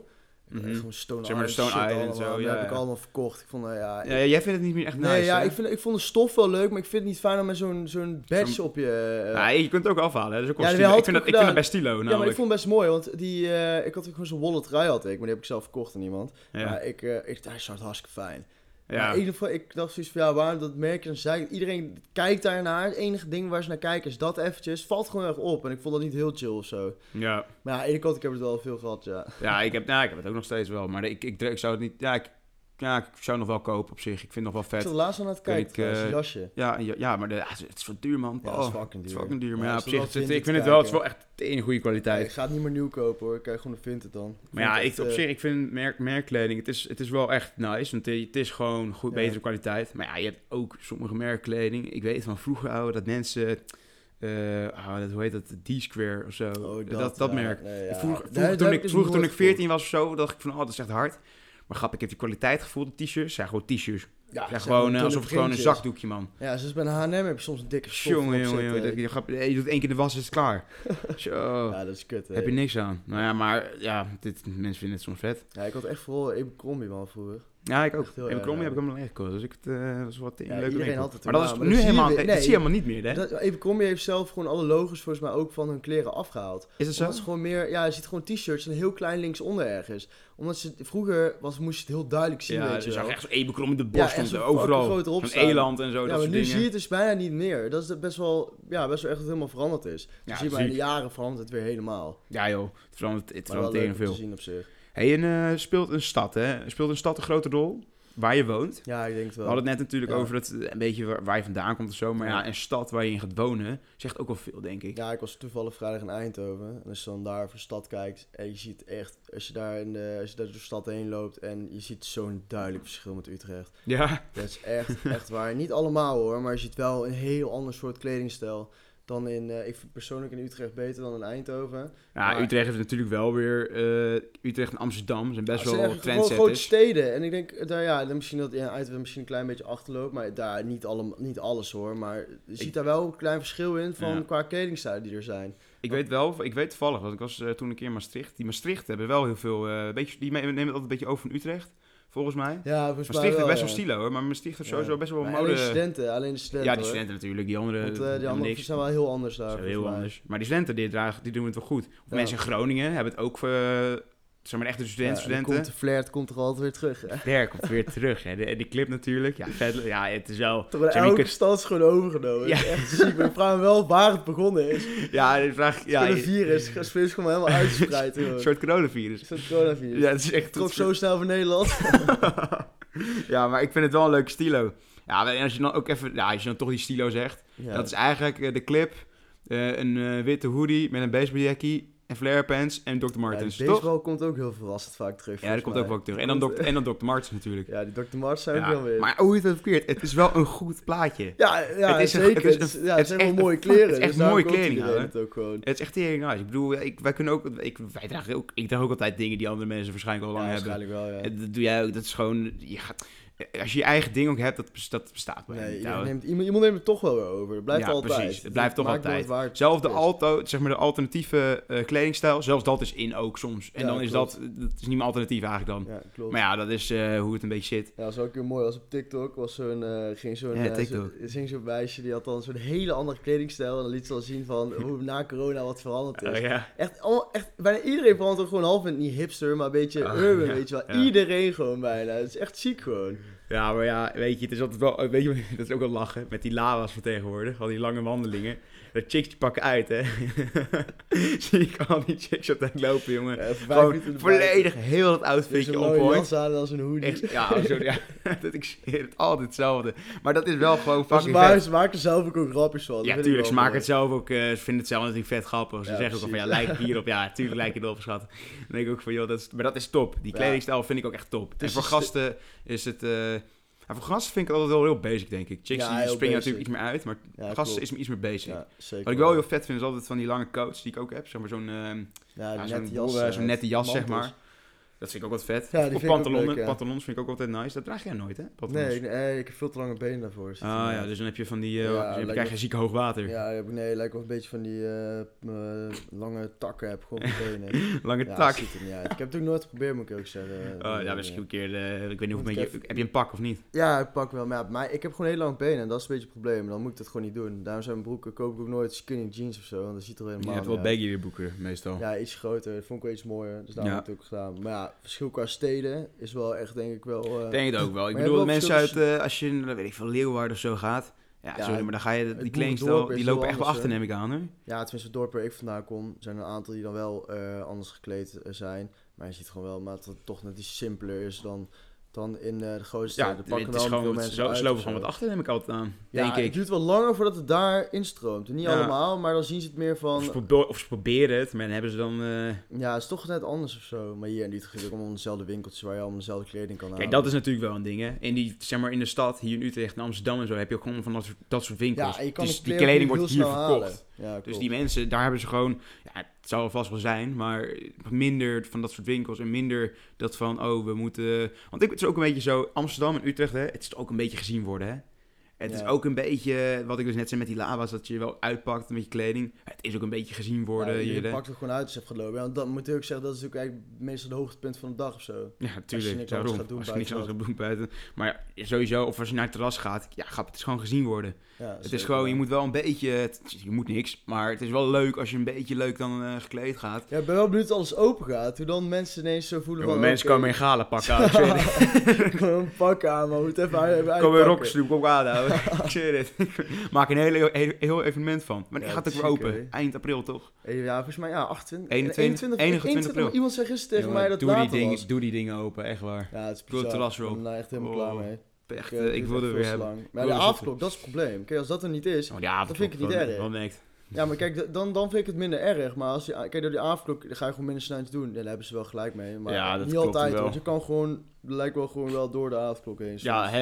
[SPEAKER 2] Ik had
[SPEAKER 1] Mhm.
[SPEAKER 2] echt gewoon Stone
[SPEAKER 1] Zeg maar de
[SPEAKER 2] Island
[SPEAKER 1] Stone
[SPEAKER 2] shit
[SPEAKER 1] Island en
[SPEAKER 2] allemaal,
[SPEAKER 1] zo,
[SPEAKER 2] maar
[SPEAKER 1] ja,
[SPEAKER 2] heb ik
[SPEAKER 1] ja.
[SPEAKER 2] allemaal verkocht. Ik vond, eh, ja...
[SPEAKER 1] Ja, jij vindt het niet meer echt
[SPEAKER 2] nee,
[SPEAKER 1] nice,
[SPEAKER 2] ja,
[SPEAKER 1] hè?
[SPEAKER 2] ik, vind, ik vond de stof wel leuk, maar ik vind het niet fijn om met zo'n zo'n badge
[SPEAKER 1] Zo'n-
[SPEAKER 2] op je... eh,
[SPEAKER 1] Nee, je kunt het ook afhalen, hè? Dat is ook wel
[SPEAKER 2] Ja, dat
[SPEAKER 1] stilo. Ik
[SPEAKER 2] had
[SPEAKER 1] vind
[SPEAKER 2] ik
[SPEAKER 1] dat, ik
[SPEAKER 2] ook
[SPEAKER 1] vind dat
[SPEAKER 2] gedaan.
[SPEAKER 1] bij stilo,
[SPEAKER 2] ja, maar ik
[SPEAKER 1] namelijk.
[SPEAKER 2] vond het best mooi, want die, eh, ik had ook gewoon zo'n wollen trui had ik, maar die heb ik zelf verkocht aan iemand.
[SPEAKER 1] Ja,
[SPEAKER 2] Maar ik, eh, ik, hij zat hartstikke fijn. Maar
[SPEAKER 1] ja.
[SPEAKER 2] in ieder geval, ik dacht zoiets van, ja, waarom dat merk je dan zei Iedereen kijkt daarnaar, het enige ding waar ze naar kijken is dat eventjes. Valt gewoon erg op en ik vond dat niet heel chill of zo.
[SPEAKER 1] ja.
[SPEAKER 2] Maar ja, aan de ene kant, ik heb het wel veel gehad, ja.
[SPEAKER 1] Ja, ik heb, nou, ik heb het ook nog steeds wel, maar ik, ik, ik zou het niet... Ja ik, ja, ik zou het nog wel kopen op zich. Ik vind het nog wel
[SPEAKER 2] Ik
[SPEAKER 1] vet.
[SPEAKER 2] zat laatst al aan het
[SPEAKER 1] Weet
[SPEAKER 2] kijken,
[SPEAKER 1] ik,
[SPEAKER 2] trouwens,
[SPEAKER 1] eh,
[SPEAKER 2] een jasje.
[SPEAKER 1] Ja, en ja, ja, maar de, ja, het is wat duur, man.
[SPEAKER 2] Ja,
[SPEAKER 1] Oh,
[SPEAKER 2] dat is fucking
[SPEAKER 1] het
[SPEAKER 2] duur.
[SPEAKER 1] is fucking duur. Maar
[SPEAKER 2] eh, Ja,
[SPEAKER 1] ja,
[SPEAKER 2] als
[SPEAKER 1] op
[SPEAKER 2] je
[SPEAKER 1] zich,
[SPEAKER 2] dat
[SPEAKER 1] het- ik
[SPEAKER 2] vintage
[SPEAKER 1] vind het wel, het is
[SPEAKER 2] kijken.
[SPEAKER 1] wel echt een goede
[SPEAKER 2] Ja, ik
[SPEAKER 1] kwaliteit.
[SPEAKER 2] ga het niet meer nieuw kopen hoor, ik krijg gewoon een Vinted dan.
[SPEAKER 1] Maar ja,
[SPEAKER 2] Vinted,
[SPEAKER 1] ik, op
[SPEAKER 2] eh,
[SPEAKER 1] zich, ik vind merk, merkkleding, het is, het is wel echt nice. Want het is gewoon goed,
[SPEAKER 2] Ja.
[SPEAKER 1] betere kwaliteit. Maar ja, je hebt ook sommige merkkleding. Ik weet van vroeger, ouwe, dat mensen... eh, ah, dat, hoe heet dat? D-Square of zo.
[SPEAKER 2] oh,
[SPEAKER 1] dat, dat,
[SPEAKER 2] ja,
[SPEAKER 1] merk.
[SPEAKER 2] nee, ja.
[SPEAKER 1] Vroeger, vroeger
[SPEAKER 2] Daar- daar
[SPEAKER 1] toen,
[SPEAKER 2] heb
[SPEAKER 1] ik,
[SPEAKER 2] dus
[SPEAKER 1] vroeger toen
[SPEAKER 2] nooit
[SPEAKER 1] ik 14 was of zo, dacht ik van, oh, dat is echt hard. Maar grap, ik heb die kwaliteit gevoeld op t-shirts. zijn gewoon t-shirts.
[SPEAKER 2] gekocht. Ja,
[SPEAKER 1] Ja,
[SPEAKER 2] zeg
[SPEAKER 1] gewoon
[SPEAKER 2] maar,
[SPEAKER 1] eh, alsof het gewoon een
[SPEAKER 2] printjes.
[SPEAKER 1] zakdoekje, man.
[SPEAKER 2] Ja, zoals bij een H&M heb je soms een dikke stof
[SPEAKER 1] Jongen,
[SPEAKER 2] erop
[SPEAKER 1] jongen, jongen.
[SPEAKER 2] zitten.
[SPEAKER 1] dat- Je, grap- je doet één keer de was, is het klaar. Zo.
[SPEAKER 2] Ja, dat is kut hè.
[SPEAKER 1] Heb je niks aan. Nou ja, maar ja, dit, mensen vinden het soms vet.
[SPEAKER 2] Ja, ik had echt vooral even combi man vroeger.
[SPEAKER 1] Ja, ik ook.
[SPEAKER 2] Echt heel
[SPEAKER 1] Heb ik
[SPEAKER 2] erg,
[SPEAKER 1] Krommie
[SPEAKER 2] ja.
[SPEAKER 1] heb ik hem alleen gekocht. Dus ik het eh, was wat een
[SPEAKER 2] Ja,
[SPEAKER 1] leuke
[SPEAKER 2] iedereen
[SPEAKER 1] winkel.
[SPEAKER 2] had het
[SPEAKER 1] Maar
[SPEAKER 2] toen,
[SPEAKER 1] dat is
[SPEAKER 2] ja, maar
[SPEAKER 1] nu
[SPEAKER 2] dat zie je
[SPEAKER 1] helemaal, dat
[SPEAKER 2] weer- nee.
[SPEAKER 1] zie je helemaal niet meer, hè?
[SPEAKER 2] Dat- Even combi heeft zelf gewoon alle logos volgens mij ook van hun kleren afgehaald.
[SPEAKER 1] Is dat zo?
[SPEAKER 2] Omdat ze gewoon meer, ja, je ziet gewoon t-shirts en heel klein linksonder ergens. Omdat ze, vroeger was, moest je het heel duidelijk zien,
[SPEAKER 1] Ja,
[SPEAKER 2] weet je
[SPEAKER 1] dus
[SPEAKER 2] wel.
[SPEAKER 1] zag echt zo'n ebekrom in de
[SPEAKER 2] Ja,
[SPEAKER 1] bos
[SPEAKER 2] echt
[SPEAKER 1] stond
[SPEAKER 2] zo'n
[SPEAKER 1] er
[SPEAKER 2] fucking
[SPEAKER 1] overal.
[SPEAKER 2] groot erop
[SPEAKER 1] Zo'n
[SPEAKER 2] staan.
[SPEAKER 1] eland en zo,
[SPEAKER 2] Ja,
[SPEAKER 1] Oh, dat
[SPEAKER 2] maar
[SPEAKER 1] soort
[SPEAKER 2] nu zie je
[SPEAKER 1] dingen.
[SPEAKER 2] het dus bijna niet meer. Dat is best wel, ja, best wel echt dat het helemaal veranderd is. Dus
[SPEAKER 1] Ja,
[SPEAKER 2] zie je maar in de
[SPEAKER 1] ziek.
[SPEAKER 2] jaren verandert het weer helemaal.
[SPEAKER 1] Ja joh, het verandert, het
[SPEAKER 2] Maar wel
[SPEAKER 1] verandert tegen
[SPEAKER 2] leuk om te
[SPEAKER 1] veel.
[SPEAKER 2] zien op zich.
[SPEAKER 1] Hé, en eh, speelt een stad, hè? Speelt een stad een grote rol? waar je woont.
[SPEAKER 2] Ja, ik denk het
[SPEAKER 1] We
[SPEAKER 2] wel.
[SPEAKER 1] hadden het net natuurlijk
[SPEAKER 2] Ja.
[SPEAKER 1] over het, eh, een beetje waar, waar je vandaan komt of zo. Maar ja,
[SPEAKER 2] Ja.
[SPEAKER 1] een stad waar je in gaat wonen zegt ook wel veel, denk ik.
[SPEAKER 2] Ja, ik was toevallig vrijdag in Eindhoven. En als je dan daar voor de stad kijkt en je ziet echt, als je daar, in de, als je daar door de stad heen loopt en je ziet zo'n duidelijk verschil met Utrecht.
[SPEAKER 1] Ja,
[SPEAKER 2] Dat is echt, echt waar. Niet allemaal hoor, maar je ziet wel een heel ander soort kledingstijl dan in, eh, ik vind persoonlijk in Utrecht beter dan in Eindhoven.
[SPEAKER 1] ja
[SPEAKER 2] Maar-
[SPEAKER 1] Nou, Utrecht heeft natuurlijk wel weer... eh, Utrecht en Amsterdam zijn best
[SPEAKER 2] Het zijn
[SPEAKER 1] wel
[SPEAKER 2] echt gewoon grote
[SPEAKER 1] trendsetters.
[SPEAKER 2] steden. En ik denk, daar, ja, dan misschien dat ja, Eindhoven misschien een klein beetje achterloopt, maar daar niet, alle, niet alles hoor. Maar je ziet daar wel een klein verschil in van
[SPEAKER 1] Ja.
[SPEAKER 2] qua kledingstijlen die er zijn.
[SPEAKER 1] Ik weet wel, ik weet toevallig, want ik was eh, toen een keer in Maastricht. Die Maastricht hebben wel heel veel... eh, beetje, die me- nemen het altijd een beetje over van Utrecht, volgens mij.
[SPEAKER 2] Ja, volgens mij
[SPEAKER 1] Maastricht heeft best
[SPEAKER 2] ja.
[SPEAKER 1] wel stilo hoor, maar Maastricht heeft
[SPEAKER 2] eh, Ja.
[SPEAKER 1] sowieso best wel
[SPEAKER 2] Maar
[SPEAKER 1] mode...
[SPEAKER 2] Alleen de studenten, alleen de studenten.
[SPEAKER 1] ja, die
[SPEAKER 2] hoor.
[SPEAKER 1] studenten natuurlijk, die anderen
[SPEAKER 2] Want eh, die
[SPEAKER 1] helemaal
[SPEAKER 2] anderen
[SPEAKER 1] niks.
[SPEAKER 2] zijn wel heel anders daar.
[SPEAKER 1] Dat is
[SPEAKER 2] volgens
[SPEAKER 1] heel
[SPEAKER 2] mij.
[SPEAKER 1] anders. Maar die studenten die, dragen, die doen het wel goed. Of
[SPEAKER 2] Ja.
[SPEAKER 1] mensen in Groningen hebben het ook voor, zeg maar, de echte
[SPEAKER 2] Ja,
[SPEAKER 1] studenten.
[SPEAKER 2] en dan
[SPEAKER 1] studenten.
[SPEAKER 2] komt de flirt komt toch altijd weer terug. Hè?
[SPEAKER 1] Der komt weer terug. Hè. De, en die clip natuurlijk. Ja, vet, ja het is wel...
[SPEAKER 2] Toch wel
[SPEAKER 1] Zeg maar, je
[SPEAKER 2] elke stad is gewoon overgenomen. Ja. Echt ziek. Maar ik vraag me wel waar het begonnen is.
[SPEAKER 1] kunt- Ja, de vraag...
[SPEAKER 2] Ja,
[SPEAKER 1] Ja,
[SPEAKER 2] het
[SPEAKER 1] je-
[SPEAKER 2] virus is gewoon helemaal uitgespreid.
[SPEAKER 1] een
[SPEAKER 2] Een
[SPEAKER 1] soort coronavirus.
[SPEAKER 2] soort coronavirus.
[SPEAKER 1] Ja, het is echt...
[SPEAKER 2] Trok zo snel van Nederland.
[SPEAKER 1] ja, maar ik vind het wel een leuke stilo. Ja, en als je dan ook even... Ja, als je dan toch die stilo zegt.
[SPEAKER 2] Ja.
[SPEAKER 1] Dat is eigenlijk eh, de clip. eh, een eh, witte hoodie met een baseballjakkie en flare pants en Dr.
[SPEAKER 2] Ja,
[SPEAKER 1] Martens, toch?
[SPEAKER 2] baseball komt ook heel verrassend vaak terug.
[SPEAKER 1] Ja, dat
[SPEAKER 2] volgens
[SPEAKER 1] komt
[SPEAKER 2] mij.
[SPEAKER 1] ook wel terug. En dan,
[SPEAKER 2] Komt-
[SPEAKER 1] Dr. en dan Dr. Martens natuurlijk.
[SPEAKER 2] Ja, die Dr. Mars zijn ook
[SPEAKER 1] Ja,
[SPEAKER 2] wel weer.
[SPEAKER 1] Maar hoe is het verkeerd? Het is wel een goed plaatje.
[SPEAKER 2] Ja, ja
[SPEAKER 1] Het is een-
[SPEAKER 2] zeker.
[SPEAKER 1] het is
[SPEAKER 2] Het, is,
[SPEAKER 1] een-
[SPEAKER 2] ja, het
[SPEAKER 1] het is
[SPEAKER 2] zijn wel
[SPEAKER 1] echt
[SPEAKER 2] mooie
[SPEAKER 1] een-
[SPEAKER 2] kleren.
[SPEAKER 1] het is echt
[SPEAKER 2] dus daarom
[SPEAKER 1] mooie
[SPEAKER 2] koopt
[SPEAKER 1] kleren,
[SPEAKER 2] iedereen
[SPEAKER 1] ouwe.
[SPEAKER 2] het ook gewoon.
[SPEAKER 1] Het is echt heel nice. Ik bedoel, ja, ik, wij kunnen ook, ik, wij dragen ook, ik draag ook altijd dingen die andere mensen waarschijnlijk al
[SPEAKER 2] Ja,
[SPEAKER 1] lang hebben.
[SPEAKER 2] waarschijnlijk wel, ja.
[SPEAKER 1] En Dat doe jij ook. Dat is gewoon, je gaat, als je je eigen ding ook hebt, dat, bes- dat bestaat bij
[SPEAKER 2] Nee,
[SPEAKER 1] nee,
[SPEAKER 2] iemand neemt, iemand, iemand neemt het toch wel weer over. Het blijft
[SPEAKER 1] Ja,
[SPEAKER 2] altijd.
[SPEAKER 1] precies. Het blijft toch
[SPEAKER 2] maakt nooit
[SPEAKER 1] altijd.
[SPEAKER 2] waar het
[SPEAKER 1] Zelfs de,
[SPEAKER 2] is.
[SPEAKER 1] alto, zeg maar de alternatieve eh, kledingstijl, zelfs dat is in ook soms. En
[SPEAKER 2] Ja,
[SPEAKER 1] dan is
[SPEAKER 2] klopt.
[SPEAKER 1] dat, dat is niet meer alternatief eigenlijk dan.
[SPEAKER 2] Ja, klopt.
[SPEAKER 1] Maar ja, dat is eh, hoe het een beetje zit.
[SPEAKER 2] Ja, dat is ook heel mooi. Als op TikTok was zo'n, eh, ging zo'n,
[SPEAKER 1] Ja,
[SPEAKER 2] eh,
[SPEAKER 1] TikTok.
[SPEAKER 2] zo- ging zo'n meisje, die had dan zo'n hele andere kledingstijl. En dan liet ze al zien van hoe na corona wat veranderd is.
[SPEAKER 1] Oh, ja.
[SPEAKER 2] Echt, allemaal, echt, bijna iedereen verandert ook gewoon half in, niet hipster, maar een beetje
[SPEAKER 1] Ah,
[SPEAKER 2] urban,
[SPEAKER 1] ja,
[SPEAKER 2] weet je wel.
[SPEAKER 1] ja.
[SPEAKER 2] Iedereen gewoon bijna. Het is echt ziek gewoon.
[SPEAKER 1] ja, maar ja, weet je, het is altijd wel, eh, weet je, dat is ook wel lachen met die lava's van tegenwoordig, al die lange wandelingen. De chicks die pakken uit, hè. Zie ik al die chicks op de lopen, jongen.
[SPEAKER 2] Eh, voor vijf minuten
[SPEAKER 1] Gewoon
[SPEAKER 2] erbij.
[SPEAKER 1] volledig heel dat
[SPEAKER 2] Dus een
[SPEAKER 1] outfitje on
[SPEAKER 2] mooie
[SPEAKER 1] point.
[SPEAKER 2] jas aan en dan zo'n hoodie.
[SPEAKER 1] Echt, ja, sorry, ja, dat ik zweer het altijd hetzelfde. Maar dat is wel gewoon
[SPEAKER 2] Maar ze,
[SPEAKER 1] fucking
[SPEAKER 2] maken,
[SPEAKER 1] vet.
[SPEAKER 2] ze maken er zelf ook, ook grapjes van. dat
[SPEAKER 1] Ja,
[SPEAKER 2] vind ik
[SPEAKER 1] tuurlijk, ze
[SPEAKER 2] wel
[SPEAKER 1] maken het
[SPEAKER 2] mooi.
[SPEAKER 1] zelf ook, eh, ze vinden het zelf natuurlijk vet grappig. Ze
[SPEAKER 2] Ja,
[SPEAKER 1] zeggen ook al van, ja,
[SPEAKER 2] precies.
[SPEAKER 1] lijkt hierop. Ja, tuurlijk lijkt je erop, schat. Dan denk ik ook van, joh, dat is, maar dat is top. Die
[SPEAKER 2] Ja.
[SPEAKER 1] kledingstijl vind ik ook echt top. En
[SPEAKER 2] is dus
[SPEAKER 1] voor
[SPEAKER 2] een
[SPEAKER 1] gasten is het... eh, ja, voor gasten vind ik het altijd wel heel basic, denk ik. Chicks
[SPEAKER 2] Ja,
[SPEAKER 1] die
[SPEAKER 2] heel
[SPEAKER 1] springen natuurlijk
[SPEAKER 2] basic.
[SPEAKER 1] iets meer uit, maar
[SPEAKER 2] Ja,
[SPEAKER 1] gasten
[SPEAKER 2] klopt.
[SPEAKER 1] is me iets meer basic.
[SPEAKER 2] Ja, zeker.
[SPEAKER 1] Wat ik wel heel vet vind, is altijd van die lange coats die ik ook heb. Zeg maar zo'n... ehm,
[SPEAKER 2] Ja,
[SPEAKER 1] ja,
[SPEAKER 2] die
[SPEAKER 1] zo'n
[SPEAKER 2] nette jas.
[SPEAKER 1] bolle-
[SPEAKER 2] eh,
[SPEAKER 1] zo'n nette jas, zeg
[SPEAKER 2] mantels.
[SPEAKER 1] maar. Dat vind ik ook wat vet.
[SPEAKER 2] Ja, die
[SPEAKER 1] Of
[SPEAKER 2] vind ik ook
[SPEAKER 1] pantalonnen.
[SPEAKER 2] leuk, ja.
[SPEAKER 1] Pantaloons vind ik ook altijd nice. Dat draag jij nooit, hè? Pantalons.
[SPEAKER 2] Nee, ik, nee, ik heb veel te lange benen daarvoor. is het
[SPEAKER 1] Ah ja,
[SPEAKER 2] inderdaad.
[SPEAKER 1] dus dan heb je van die... eh,
[SPEAKER 2] Ja,
[SPEAKER 1] dan heb je-
[SPEAKER 2] lijkt
[SPEAKER 1] krijg
[SPEAKER 2] me-
[SPEAKER 1] je zieke hoogwater.
[SPEAKER 2] Ja, ik heb- nee, lijkt wel een beetje van die eh, eh, lange takken heb gewoon op de benen.
[SPEAKER 1] Lange
[SPEAKER 2] ja,
[SPEAKER 1] tak.
[SPEAKER 2] ziet er niet uit. Ik heb het ook nooit geprobeerd, moet ik ook zeggen.
[SPEAKER 1] Oh, ja, misschien een keer... eh, ik weet niet
[SPEAKER 2] Moet
[SPEAKER 1] hoeveel...
[SPEAKER 2] ik
[SPEAKER 1] je,
[SPEAKER 2] even-
[SPEAKER 1] Heb je een pak of niet?
[SPEAKER 2] Ja, ik pak wel. Maar, ja, maar ik heb gewoon heel lang benen en dat is een beetje het probleem. Dan moet ik dat gewoon niet doen. Daarom zijn mijn broeken, koop ik ook nooit skinny jeans of zo, want dat ziet er helemaal
[SPEAKER 1] Je hebt
[SPEAKER 2] niet
[SPEAKER 1] wel
[SPEAKER 2] uit.
[SPEAKER 1] baggy weer boeken, meestal.
[SPEAKER 2] Ja, iets groter. Dat vond ik wel iets mooier. Dus daarom
[SPEAKER 1] Ja.
[SPEAKER 2] heb ik het ook gedaan. Maar ja, verschil qua steden is wel echt, denk ik wel... eh,
[SPEAKER 1] Ik denk het ook wel. Ik
[SPEAKER 2] Maar je
[SPEAKER 1] bedoel,
[SPEAKER 2] hebt wel
[SPEAKER 1] mensen uit...
[SPEAKER 2] verschillende-
[SPEAKER 1] eh, als je, in, weet ik veel, Leeuwarden of zo gaat... Ja,
[SPEAKER 2] Ja,
[SPEAKER 1] sorry, maar dan ga je... Die
[SPEAKER 2] boerendorp
[SPEAKER 1] kledingstijl,
[SPEAKER 2] is
[SPEAKER 1] die
[SPEAKER 2] heel
[SPEAKER 1] lopen echt wel
[SPEAKER 2] anders,
[SPEAKER 1] achter,
[SPEAKER 2] hè? Dus
[SPEAKER 1] neem ik aan, hè?
[SPEAKER 2] Ja, tenminste, het dorp waar ik vandaan kom, zijn er een aantal die dan wel eh, anders gekleed eh, zijn. Maar je ziet gewoon wel maar dat het toch net iets simpeler is dan, dan in eh, de grote
[SPEAKER 1] Ja,
[SPEAKER 2] steden. Er pakken
[SPEAKER 1] het
[SPEAKER 2] wel
[SPEAKER 1] is
[SPEAKER 2] veel
[SPEAKER 1] gewoon...
[SPEAKER 2] mensen
[SPEAKER 1] Ze
[SPEAKER 2] uit
[SPEAKER 1] ze
[SPEAKER 2] of
[SPEAKER 1] lopen gewoon
[SPEAKER 2] zo.
[SPEAKER 1] wat achter, neem ik altijd aan.
[SPEAKER 2] Ja,
[SPEAKER 1] Denk ik.
[SPEAKER 2] het duurt wel langer voordat het daar instroomt. En niet
[SPEAKER 1] Ja.
[SPEAKER 2] allemaal, maar dan zien ze het meer
[SPEAKER 1] Of ze,
[SPEAKER 2] van...
[SPEAKER 1] probeer- of ze proberen het, maar dan hebben ze dan... eh,
[SPEAKER 2] Ja, het is toch net anders of zo. Maar hier in Utrecht is het ook allemaal dezelfde winkeltjes waar je allemaal dezelfde kleding kan halen.
[SPEAKER 1] Kijk, dat is natuurlijk wel een ding, hè. In, die, zeg maar, in de stad, hier in Utrecht en Amsterdam en zo, heb je ook gewoon van dat soort, dat soort winkels.
[SPEAKER 2] Ja, en je kan
[SPEAKER 1] Dus
[SPEAKER 2] het
[SPEAKER 1] die
[SPEAKER 2] kleren
[SPEAKER 1] kleding
[SPEAKER 2] ook
[SPEAKER 1] wordt
[SPEAKER 2] heel
[SPEAKER 1] hier
[SPEAKER 2] snel
[SPEAKER 1] verkocht.
[SPEAKER 2] halen. Ja,
[SPEAKER 1] Dus
[SPEAKER 2] klopt.
[SPEAKER 1] die mensen, daar hebben ze gewoon... Ja, het zou wel vast wel zijn, maar minder van dat soort winkels en minder dat van, oh, we moeten... Want ik, het is ook een beetje zo, Amsterdam en Utrecht, hè, het is ook een beetje gezien worden, hè. Het is
[SPEAKER 2] Ja.
[SPEAKER 1] ook een beetje, wat ik dus net zei met die lava's, dat je wel uitpakt met je kleding. Het is ook een beetje gezien worden.
[SPEAKER 2] Ja,
[SPEAKER 1] hier,
[SPEAKER 2] je
[SPEAKER 1] hè.
[SPEAKER 2] pakt er gewoon uit als je hebt gelopen. Ja, want dat moet ik ook zeggen, dat is natuurlijk eigenlijk meestal het hoogtepunt van de dag of zo.
[SPEAKER 1] Ja,
[SPEAKER 2] Als je
[SPEAKER 1] tuurlijk.
[SPEAKER 2] niks
[SPEAKER 1] daarom.
[SPEAKER 2] anders gaat doen
[SPEAKER 1] als je niks
[SPEAKER 2] buiten
[SPEAKER 1] anders gaat doen buiten. Maar ja, sowieso, of als je naar het terras gaat, ja, grap, het is gewoon gezien worden.
[SPEAKER 2] Ja,
[SPEAKER 1] het is gewoon, je moet wel een beetje, het- je moet niks, maar het is wel leuk als je een beetje leuk dan eh, gekleed gaat.
[SPEAKER 2] Ja, ik ben wel benieuwd als alles open gaat. Hoe dan mensen ineens zo voelen
[SPEAKER 1] Jongen,
[SPEAKER 2] van...
[SPEAKER 1] mensen
[SPEAKER 2] oké,
[SPEAKER 1] komen in galen pakken. uit, ik weet het.
[SPEAKER 2] gewoon een pak aan, maar moet even uit- even
[SPEAKER 1] Komen in
[SPEAKER 2] uitpakken.
[SPEAKER 1] rokkensloep op aan, ik zweer het. Ik maak een hele, heel, heel evenement van. Maar die
[SPEAKER 2] Ja,
[SPEAKER 1] gaat ook weer
[SPEAKER 2] ziek, hè?
[SPEAKER 1] open. Eind april, toch?
[SPEAKER 2] Ja, volgens mij, ja, 28.
[SPEAKER 1] 21,
[SPEAKER 2] 21,
[SPEAKER 1] 21 april.
[SPEAKER 2] Iemand zei gisteren tegen
[SPEAKER 1] Jongen,
[SPEAKER 2] mij dat
[SPEAKER 1] doe
[SPEAKER 2] het later
[SPEAKER 1] die dingen,
[SPEAKER 2] was.
[SPEAKER 1] Doe die dingen open, echt waar.
[SPEAKER 2] Ja, het is
[SPEAKER 1] Doe het
[SPEAKER 2] bizar.
[SPEAKER 1] terras
[SPEAKER 2] Ik
[SPEAKER 1] erop.
[SPEAKER 2] ben daar echt helemaal
[SPEAKER 1] Oh,
[SPEAKER 2] klaar mee.
[SPEAKER 1] Echt,
[SPEAKER 2] Ja,
[SPEAKER 1] eh,
[SPEAKER 2] het
[SPEAKER 1] ik
[SPEAKER 2] duurt
[SPEAKER 1] wilde er
[SPEAKER 2] echt veel
[SPEAKER 1] weer
[SPEAKER 2] te
[SPEAKER 1] hebben.
[SPEAKER 2] lang.
[SPEAKER 1] wil
[SPEAKER 2] Maar de
[SPEAKER 1] er zo
[SPEAKER 2] avondklok, dat is het probleem. Kijk, als dat er niet is...
[SPEAKER 1] Oh, die avond,
[SPEAKER 2] vind ik het niet erg.
[SPEAKER 1] Wel nekt.
[SPEAKER 2] Ja, maar kijk, d- dan, dan vind ik het minder erg. Maar als je, kijk, door die avondklok dan ga je gewoon minder snel iets doen. Ja, daar hebben ze wel gelijk mee. Maar
[SPEAKER 1] Ja, dat
[SPEAKER 2] niet
[SPEAKER 1] klopt
[SPEAKER 2] altijd,
[SPEAKER 1] wel.
[SPEAKER 2] want je kan gewoon... lijkt wel gewoon wel door de avondklok heen.
[SPEAKER 1] Ja,
[SPEAKER 2] soms.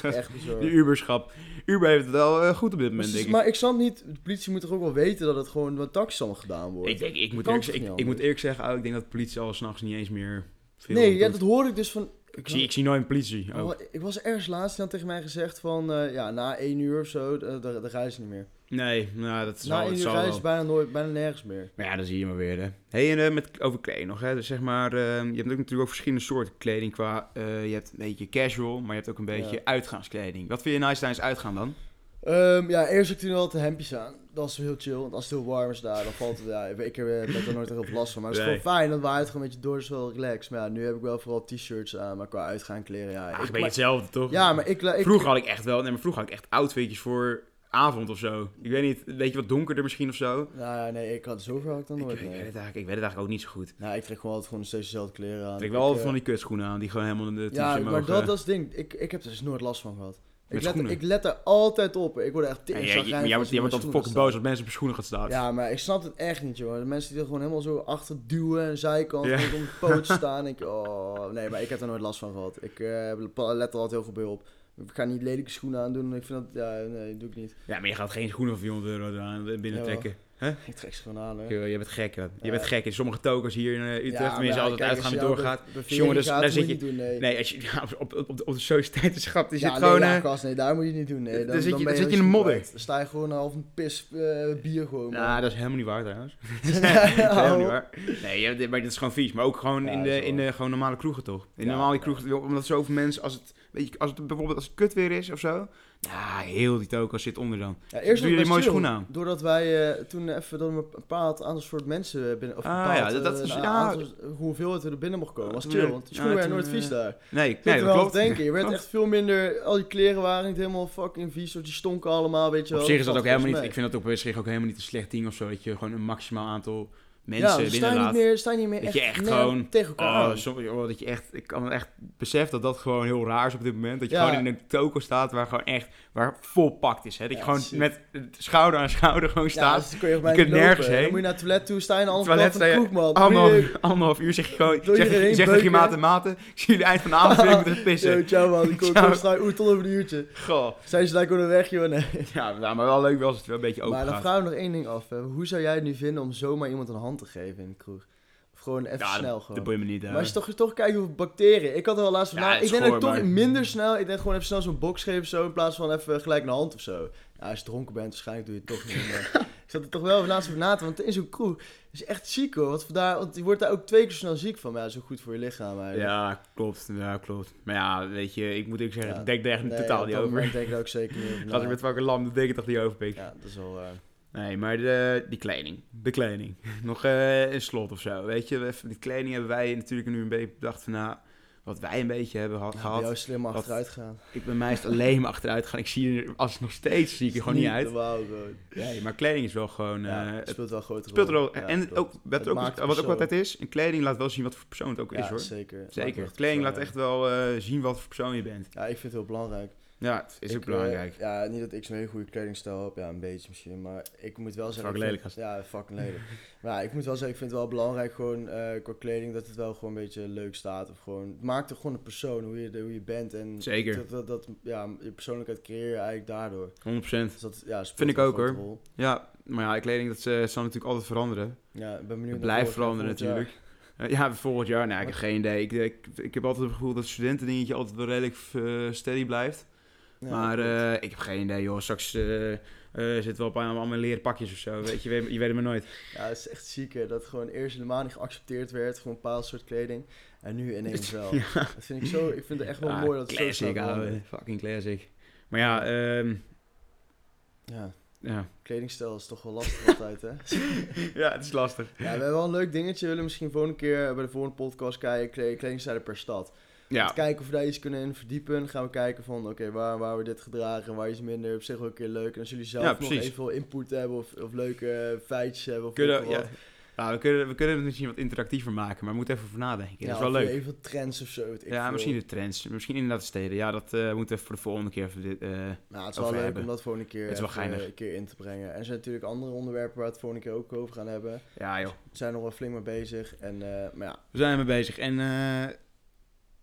[SPEAKER 1] hè.
[SPEAKER 2] Echt bizar.
[SPEAKER 1] Die Uberschap. Uber heeft het wel eh, goed op dit
[SPEAKER 2] Maar,
[SPEAKER 1] moment,
[SPEAKER 2] ze-
[SPEAKER 1] denk ik.
[SPEAKER 2] maar ik snap niet... De politie moet toch ook wel weten dat het gewoon door taxis allemaal gedaan wordt?
[SPEAKER 1] Ik, denk, ik, moet
[SPEAKER 2] Kan
[SPEAKER 1] eerlijk,
[SPEAKER 2] toch
[SPEAKER 1] zeggen- ik,
[SPEAKER 2] niet
[SPEAKER 1] ik moet
[SPEAKER 2] anders?
[SPEAKER 1] eerlijk zeggen, oh, ik denk dat de politie al s'nachts niet eens meer veel
[SPEAKER 2] nee,
[SPEAKER 1] doet.
[SPEAKER 2] ja, dat hoor ik dus van...
[SPEAKER 1] ik, zie, ik zie nooit een politie. ook.
[SPEAKER 2] Oh, ik was ergens laatst die had tegen mij gezegd van... eh, ja, na één uur of zo, eh, daar daar rijden ze niet meer.
[SPEAKER 1] Nee, nou, dat zal,
[SPEAKER 2] Na één
[SPEAKER 1] dat
[SPEAKER 2] uur
[SPEAKER 1] zal
[SPEAKER 2] rijden ze
[SPEAKER 1] wel.
[SPEAKER 2] bijna, nooit, bijna nergens meer.
[SPEAKER 1] Maar ja, dan zie je maar weer, hè. hey, en eh, met, over kleding nog, hè. Dus zeg maar, eh, je hebt ook natuurlijk ook verschillende soorten kleding qua... eh, je hebt een beetje casual, maar je hebt ook een beetje
[SPEAKER 2] Ja.
[SPEAKER 1] uitgaanskleding. Wat vind je nice tijdens uitgaan dan?
[SPEAKER 2] Ehm, ja, eerst ik toen altijd hemdjes aan. Dat is heel chill, want als het heel warm is daar, dan valt het... Ja, ik ik heb eh, ben er nooit echt op last van, maar het is
[SPEAKER 1] Nee.
[SPEAKER 2] gewoon fijn. Dan waait het gewoon een beetje door, het is wel relaxed. Maar ja, nu heb ik wel vooral t-shirts aan, maar qua uitgaan kleren, ja.
[SPEAKER 1] Eigenlijk
[SPEAKER 2] Ah, ik,
[SPEAKER 1] een beetje
[SPEAKER 2] maar-
[SPEAKER 1] hetzelfde, toch?
[SPEAKER 2] ja, maar ik... ik
[SPEAKER 1] Vroeger had ik echt wel... Nee, maar vroeger had ik echt outfitjes voor avond of zo. Ik weet niet, weet je wat donkerder misschien of zo?
[SPEAKER 2] Nou, nee, ik had zoveel had ik dan
[SPEAKER 1] Ik,
[SPEAKER 2] nooit,
[SPEAKER 1] ik weet het
[SPEAKER 2] nee.
[SPEAKER 1] eigenlijk, ik weet het eigenlijk ook niet zo goed.
[SPEAKER 2] Nou, ik trek gewoon altijd gewoon steeds dezelfde kleren aan.
[SPEAKER 1] Ik trek wel altijd van die kutschoenen aan, die gewoon helemaal in de t-shirt
[SPEAKER 2] eh, Ja, maar
[SPEAKER 1] mogen. eh,
[SPEAKER 2] dat, dat is het ding. Ik, ik heb er dus nooit last van gehad.
[SPEAKER 1] Met
[SPEAKER 2] Ik let,
[SPEAKER 1] schoenen.
[SPEAKER 2] ik let er altijd op. Ik word er echt
[SPEAKER 1] Ja,
[SPEAKER 2] tegen.
[SPEAKER 1] ja, ja, maar jij wordt- jij wordt altijd fucking boos als mensen op je schoenen gaan staan.
[SPEAKER 2] Ja, maar ik snap het echt niet, joh. De mensen die er gewoon helemaal zo achter duwen en zijkant
[SPEAKER 1] Ja.
[SPEAKER 2] om de poot staan. Ik, oh, nee, maar ik heb er nooit last van gehad. Ik eh, let er altijd heel veel bij op. Ik ga niet lelijke schoenen aandoen. Ik vind dat, ja, nee, doe ik niet.
[SPEAKER 1] Ja, maar je gaat geen schoenen van 400 euro aan binnen
[SPEAKER 2] Jawel.
[SPEAKER 1] trekken.
[SPEAKER 2] Ik trek ze gewoon aan, hè.
[SPEAKER 1] Yo, je bent gek, hè. Je
[SPEAKER 2] Ja.
[SPEAKER 1] bent gek. In sommige tokens hier in eh, Utrecht,
[SPEAKER 2] maar
[SPEAKER 1] tenminste, altijd
[SPEAKER 2] kijk,
[SPEAKER 1] uitgaan
[SPEAKER 2] als
[SPEAKER 1] en
[SPEAKER 2] je jou
[SPEAKER 1] doorgaat.
[SPEAKER 2] be- bevering
[SPEAKER 1] Jongen, dus
[SPEAKER 2] gaat,
[SPEAKER 1] daar
[SPEAKER 2] moet
[SPEAKER 1] zit
[SPEAKER 2] je niet doen, nee.
[SPEAKER 1] Nee, als je ja, op, op, op, op de sociëteitenschap, die
[SPEAKER 2] Ja,
[SPEAKER 1] zit
[SPEAKER 2] nee,
[SPEAKER 1] gewoon...
[SPEAKER 2] ja,
[SPEAKER 1] eh,
[SPEAKER 2] gast, nee, daar moet je niet doen. Nee.
[SPEAKER 1] Dan zit je-
[SPEAKER 2] ben
[SPEAKER 1] dan zit je
[SPEAKER 2] heel
[SPEAKER 1] in de
[SPEAKER 2] stuk
[SPEAKER 1] modder.
[SPEAKER 2] kwijt. Dan sta je gewoon half een pis eh, bier gewoon. man.
[SPEAKER 1] nou, dat is helemaal niet waar trouwens. dat is helemaal niet waar. Nee, ja, dit- maar dat is gewoon vies. Maar ook gewoon
[SPEAKER 2] Ja,
[SPEAKER 1] in,
[SPEAKER 2] dat is
[SPEAKER 1] de,
[SPEAKER 2] wel
[SPEAKER 1] in de gewoon normale kroegen, toch? In
[SPEAKER 2] Ja,
[SPEAKER 1] normale
[SPEAKER 2] ja.
[SPEAKER 1] kroegen, joh, omdat zoveel mensen, als het, weet je, als het bijvoorbeeld als het kut weer is of zo... Ja, heel die toko zit onder dan.
[SPEAKER 2] Ja, eerst
[SPEAKER 1] Doe
[SPEAKER 2] was
[SPEAKER 1] je
[SPEAKER 2] het
[SPEAKER 1] mooie
[SPEAKER 2] chill,
[SPEAKER 1] schoenen aan?
[SPEAKER 2] Doordat wij eh, toen even dat een bepaald aantal soort mensen binnen... Of
[SPEAKER 1] Ah,
[SPEAKER 2] bepaald,
[SPEAKER 1] ja, dat- dat
[SPEAKER 2] eh,
[SPEAKER 1] is-
[SPEAKER 2] een
[SPEAKER 1] ja.
[SPEAKER 2] aantal- hoeveel het er binnen mocht komen. was
[SPEAKER 1] Ja,
[SPEAKER 2] chill,
[SPEAKER 1] toen-
[SPEAKER 2] want de
[SPEAKER 1] ja,
[SPEAKER 2] schoenen werden
[SPEAKER 1] toen,
[SPEAKER 2] nooit vies
[SPEAKER 1] eh,
[SPEAKER 2] daar.
[SPEAKER 1] Nee, nee
[SPEAKER 2] Ik zit
[SPEAKER 1] dat
[SPEAKER 2] er wel aan
[SPEAKER 1] klopt. Oh.
[SPEAKER 2] te denken. Je werd
[SPEAKER 1] Klopt.
[SPEAKER 2] echt veel minder... Al die kleren waren niet helemaal fucking vies. Of die stonken allemaal, weet je
[SPEAKER 1] Op
[SPEAKER 2] wel.
[SPEAKER 1] zich is dat ook
[SPEAKER 2] valt
[SPEAKER 1] helemaal niet.
[SPEAKER 2] volgens
[SPEAKER 1] Ik vind dat ook op zich ook helemaal niet een slecht ding of zo. Dat je gewoon een maximaal aantal
[SPEAKER 2] mij.
[SPEAKER 1] mensen
[SPEAKER 2] ja, sta je niet
[SPEAKER 1] binnenlaat.
[SPEAKER 2] meer, sta je niet meer
[SPEAKER 1] Dat je echt
[SPEAKER 2] net
[SPEAKER 1] gewoon-
[SPEAKER 2] tegen elkaar
[SPEAKER 1] Oh,
[SPEAKER 2] aan.
[SPEAKER 1] soms- joh, dat je echt, ik kan echt beseffen dat dat gewoon heel raar is op dit moment. Dat je
[SPEAKER 2] Ja.
[SPEAKER 1] gewoon in een toko staat waar gewoon echt, waar vol pakt is. Hè? Dat je
[SPEAKER 2] Ja,
[SPEAKER 1] gewoon
[SPEAKER 2] shit.
[SPEAKER 1] met schouder aan schouder gewoon
[SPEAKER 2] Ja,
[SPEAKER 1] staat.
[SPEAKER 2] dus kun je, bijna
[SPEAKER 1] kunt
[SPEAKER 2] niet lopen.
[SPEAKER 1] nergens heen. Oh,
[SPEAKER 2] Dan moet je naar het toilet toe, sta je aan de andere
[SPEAKER 1] Toilet
[SPEAKER 2] kant van de
[SPEAKER 1] sta
[SPEAKER 2] kroeg, man. Dan moet je-
[SPEAKER 1] Anderhalf, anderhalf uur zeg je gewoon,
[SPEAKER 2] Door
[SPEAKER 1] zeg,
[SPEAKER 2] iedereen
[SPEAKER 1] je- zeg tegen je
[SPEAKER 2] beuken.
[SPEAKER 1] maat en maten, ik zie jullie eind van de avond weer, ik moet even pissen.
[SPEAKER 2] Yo, ciao man, ik kom,
[SPEAKER 1] Ciao.
[SPEAKER 2] kom straks oeh, tot over een uurtje.
[SPEAKER 1] Goh.
[SPEAKER 2] Zijn ze daar gewoon weg, joh? Nee.
[SPEAKER 1] Ja, nou, maar wel leuk wel als het wel een beetje open
[SPEAKER 2] Maar dan
[SPEAKER 1] gaat.
[SPEAKER 2] vraag ik me nog één ding af. Hè. Hoe zou jij het nu vinden om zomaar iemand een hand te geven in de kroeg? Of gewoon even
[SPEAKER 1] Ja,
[SPEAKER 2] snel
[SPEAKER 1] dat,
[SPEAKER 2] gewoon.
[SPEAKER 1] dat boeit me niet. hè.
[SPEAKER 2] maar als je toch, toch kijkt hoeveel bacteriën. Ik had er al laatst van.
[SPEAKER 1] Ja,
[SPEAKER 2] na-
[SPEAKER 1] het
[SPEAKER 2] ik
[SPEAKER 1] is
[SPEAKER 2] denk dat ik
[SPEAKER 1] goor,
[SPEAKER 2] toch
[SPEAKER 1] maar-
[SPEAKER 2] minder snel. Ik denk gewoon even snel zo'n box geven of zo. In plaats van even gelijk een hand of zo. Ja, als je dronken bent, waarschijnlijk doe je het toch niet. maar ik zat er toch wel laatst over na te Want in zo'n kroeg is echt ziek hoor. Want, vandaar, want je wordt daar ook twee keer zo snel ziek van. Maar ja, dat is ook goed voor je lichaam eigenlijk.
[SPEAKER 1] Ja, klopt. Ja, klopt. Maar ja, weet je, ik moet ook zeggen,
[SPEAKER 2] Ja.
[SPEAKER 1] ik denk er echt
[SPEAKER 2] Nee,
[SPEAKER 1] totaal
[SPEAKER 2] op
[SPEAKER 1] niet
[SPEAKER 2] dat
[SPEAKER 1] over.
[SPEAKER 2] moment denk ik daar ook zeker niet over
[SPEAKER 1] Ik
[SPEAKER 2] na.
[SPEAKER 1] Gaat er met welke lam, dat denk ik toch niet over, pik.
[SPEAKER 2] Ja, dat is wel eh, waar.
[SPEAKER 1] Nee, maar de, die kleding. De kleding. Nog eh, een slot of zo, weet je. Even, die kleding hebben wij natuurlijk nu een beetje bedacht van, nou, wat wij een beetje hebben gehad.
[SPEAKER 2] Ja, bij
[SPEAKER 1] gehad.
[SPEAKER 2] jou is slim
[SPEAKER 1] Wat-
[SPEAKER 2] achteruit gaan.
[SPEAKER 1] Ik ben mij is het alleen maar achteruit gaan. Ik zie er, als nog steeds, zie ik er gewoon niet uit.
[SPEAKER 2] Wauw, gewoon.
[SPEAKER 1] Nee, maar kleding is wel gewoon... eh,
[SPEAKER 2] Ja, het
[SPEAKER 1] het
[SPEAKER 2] speelt wel een grote
[SPEAKER 1] speelt er
[SPEAKER 2] rol.
[SPEAKER 1] wel... en het ook, wat,
[SPEAKER 2] Het
[SPEAKER 1] ook,
[SPEAKER 2] maakt de
[SPEAKER 1] wat ook
[SPEAKER 2] persoon.
[SPEAKER 1] altijd is, een kleding laat wel zien wat voor persoon het ook is, hoor.
[SPEAKER 2] Zeker. Het maakt
[SPEAKER 1] Zeker.
[SPEAKER 2] echt
[SPEAKER 1] Kleding
[SPEAKER 2] persoon
[SPEAKER 1] laat echt wel eh, zien wat voor persoon je bent.
[SPEAKER 2] uit. Ja, ik vind het heel belangrijk.
[SPEAKER 1] Ja, het is
[SPEAKER 2] Ik,
[SPEAKER 1] ook belangrijk.
[SPEAKER 2] eh, ja, niet dat ik zo'n hele goede kledingstijl heb. Ja, een beetje misschien. Maar ik moet wel zeggen...
[SPEAKER 1] Fucking
[SPEAKER 2] ik vind- Ja, fucking lelijk. maar ja, ik moet wel zeggen, ik vind het wel belangrijk gewoon eh, qua kleding dat het wel gewoon een beetje leuk staat. Of gewoon, het maakt er gewoon een persoon, hoe je, de- hoe je bent. En
[SPEAKER 1] Zeker.
[SPEAKER 2] Dat, dat, dat- ja, je persoonlijkheid creëer je eigenlijk daardoor.
[SPEAKER 1] 100%.
[SPEAKER 2] Dus dat ja, speelt
[SPEAKER 1] Vind ik
[SPEAKER 2] een
[SPEAKER 1] ook,
[SPEAKER 2] grote
[SPEAKER 1] hoor.
[SPEAKER 2] rol.
[SPEAKER 1] Ja, maar ja, kleding dat, eh, zal natuurlijk altijd veranderen.
[SPEAKER 2] Ja, ik ben benieuwd.
[SPEAKER 1] Het
[SPEAKER 2] naar
[SPEAKER 1] blijft
[SPEAKER 2] volgend-
[SPEAKER 1] veranderen
[SPEAKER 2] volgend jaar.
[SPEAKER 1] natuurlijk. Eh, ja, volgend jaar, nou, ik heb geen idee. Ik, ik, ik heb altijd het gevoel dat het studentendingetje altijd wel redelijk eh, steady blijft.
[SPEAKER 2] Ja,
[SPEAKER 1] maar
[SPEAKER 2] klopt.
[SPEAKER 1] eh, ik heb geen idee, joh. Straks eh eh, zit wel op allemaal mijn leren pakjes of zo. Weet je, je, weet, je weet het maar nooit.
[SPEAKER 2] Ja, het is echt ziek hè, dat gewoon eerst helemaal niet geaccepteerd werd voor een bepaald soort kleding. En nu ineens wel. Dat vind ik zo, ik vind het echt wel
[SPEAKER 1] Ah,
[SPEAKER 2] mooi dat het zo snel
[SPEAKER 1] classic,
[SPEAKER 2] verandert.
[SPEAKER 1] ouwe. Fucking classic. Maar ja, ehm,
[SPEAKER 2] Ja,
[SPEAKER 1] ja.
[SPEAKER 2] kledingstijl is toch wel lastig altijd hè.
[SPEAKER 1] ja, het is lastig.
[SPEAKER 2] eh, Ja, we hebben wel een leuk dingetje. We willen misschien volgende keer bij de volgende podcast kijken, kle- kledingstijlen per stad.
[SPEAKER 1] Ja,
[SPEAKER 2] Kijken of we daar iets kunnen in verdiepen. Dan gaan we kijken van, oké, waar, waar we dit gedragen, waar is minder. Op zich wel een keer leuk. En als jullie zelf
[SPEAKER 1] Ja,
[SPEAKER 2] nog
[SPEAKER 1] precies.
[SPEAKER 2] even veel input hebben of, of leuke eh, feitjes hebben. Of weet
[SPEAKER 1] kunnen,
[SPEAKER 2] ik veel
[SPEAKER 1] ja.
[SPEAKER 2] wat.
[SPEAKER 1] Nou, we, kunnen, we kunnen het misschien wat interactiever maken, maar we moeten even voor nadenken.
[SPEAKER 2] Ja,
[SPEAKER 1] dat is wel
[SPEAKER 2] of
[SPEAKER 1] leuk.
[SPEAKER 2] Even trends of zo. weet ik
[SPEAKER 1] Ja,
[SPEAKER 2] veel.
[SPEAKER 1] misschien de trends. Misschien inderdaad de steden. Ja, dat eh, moeten we voor de volgende keer even... Dit, eh,
[SPEAKER 2] Nou, het is wel
[SPEAKER 1] over
[SPEAKER 2] leuk
[SPEAKER 1] hebben.
[SPEAKER 2] om dat voor een keer,
[SPEAKER 1] Het is wel
[SPEAKER 2] even,
[SPEAKER 1] geinig.
[SPEAKER 2] een keer in te brengen. En er zijn natuurlijk andere onderwerpen waar we het voor een keer ook over gaan hebben. We
[SPEAKER 1] ja, joh.
[SPEAKER 2] zijn nog wel flink mee bezig. En, eh, maar ja,
[SPEAKER 1] We zijn ermee bezig. En eh,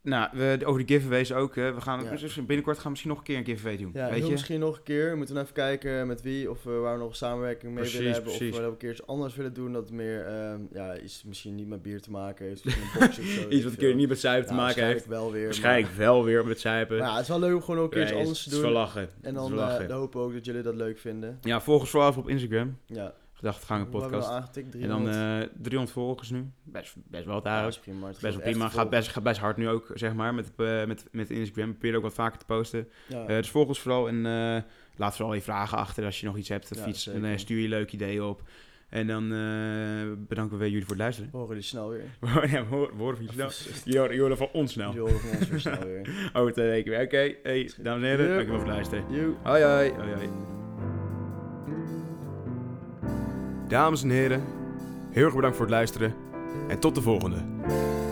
[SPEAKER 1] nou, we, over de giveaways ook. hè. we gaan,
[SPEAKER 2] Ja.
[SPEAKER 1] dus binnenkort gaan we misschien nog een keer een giveaway doen.
[SPEAKER 2] ja
[SPEAKER 1] weet
[SPEAKER 2] heel
[SPEAKER 1] je?
[SPEAKER 2] misschien nog een keer. We moeten even kijken met wie of eh, waar we nog een samenwerking mee
[SPEAKER 1] Precies,
[SPEAKER 2] willen hebben.
[SPEAKER 1] precies.
[SPEAKER 2] Of eh, we nog een keer iets anders willen doen dat meer ehm, ja, iets misschien niet met bier te maken heeft. Of een box of zo, weet
[SPEAKER 1] Iets wat
[SPEAKER 2] ik
[SPEAKER 1] een
[SPEAKER 2] veel.
[SPEAKER 1] keer niet met zuipen te
[SPEAKER 2] Nou,
[SPEAKER 1] maken heeft.
[SPEAKER 2] waarschijnlijk wel weer.
[SPEAKER 1] Waarschijnlijk wel weer met
[SPEAKER 2] Maar,
[SPEAKER 1] zuipen.
[SPEAKER 2] maar ja, het is wel leuk om gewoon ook een keer
[SPEAKER 1] Nee,
[SPEAKER 2] iets anders
[SPEAKER 1] het
[SPEAKER 2] te
[SPEAKER 1] is wel
[SPEAKER 2] doen.
[SPEAKER 1] lachen.
[SPEAKER 2] En
[SPEAKER 1] Het is
[SPEAKER 2] dan,
[SPEAKER 1] wel
[SPEAKER 2] eh,
[SPEAKER 1] lachen.
[SPEAKER 2] dan hopen we ook dat jullie dat leuk vinden.
[SPEAKER 1] Ja, volgens vooral even op Instagram.
[SPEAKER 2] Ja,
[SPEAKER 1] Gedachtegangen
[SPEAKER 2] we hebben
[SPEAKER 1] podcast.
[SPEAKER 2] al aangetikt.
[SPEAKER 1] En dan
[SPEAKER 2] 300.
[SPEAKER 1] eh 300 volgers nu. Best, best wel wat
[SPEAKER 2] ja, dat
[SPEAKER 1] eigenlijk.
[SPEAKER 2] is prima. maar het
[SPEAKER 1] Best wel
[SPEAKER 2] gaat echt
[SPEAKER 1] prima.
[SPEAKER 2] vol.
[SPEAKER 1] Gaat best, gaat best hard nu ook, zeg maar, met, eh, met, met Instagram. Probeer ook wat vaker te posten.
[SPEAKER 2] Ja.
[SPEAKER 1] Eh, dus volg ons vooral en eh, laat vooral je vragen achter als je nog iets hebt of
[SPEAKER 2] Ja,
[SPEAKER 1] iets.
[SPEAKER 2] zeker.
[SPEAKER 1] En eh, stuur je leuk ideeën op. En dan eh, bedanken we jullie voor het luisteren. Oh,
[SPEAKER 2] We horen jullie snel weer.
[SPEAKER 1] ja, we horen we horen van jullie snel. Jullie horen- jullie horen van ons snel.
[SPEAKER 2] Jullie horen van ons weer snel weer.
[SPEAKER 1] Over twee weken weer. Oké, hey, dames en heren,
[SPEAKER 2] Ja.
[SPEAKER 1] dankjewel voor het luisteren.
[SPEAKER 2] Joe.
[SPEAKER 1] Hoi hoi. hoi, hoi. Dames en heren, heel erg bedankt voor het luisteren en tot de volgende.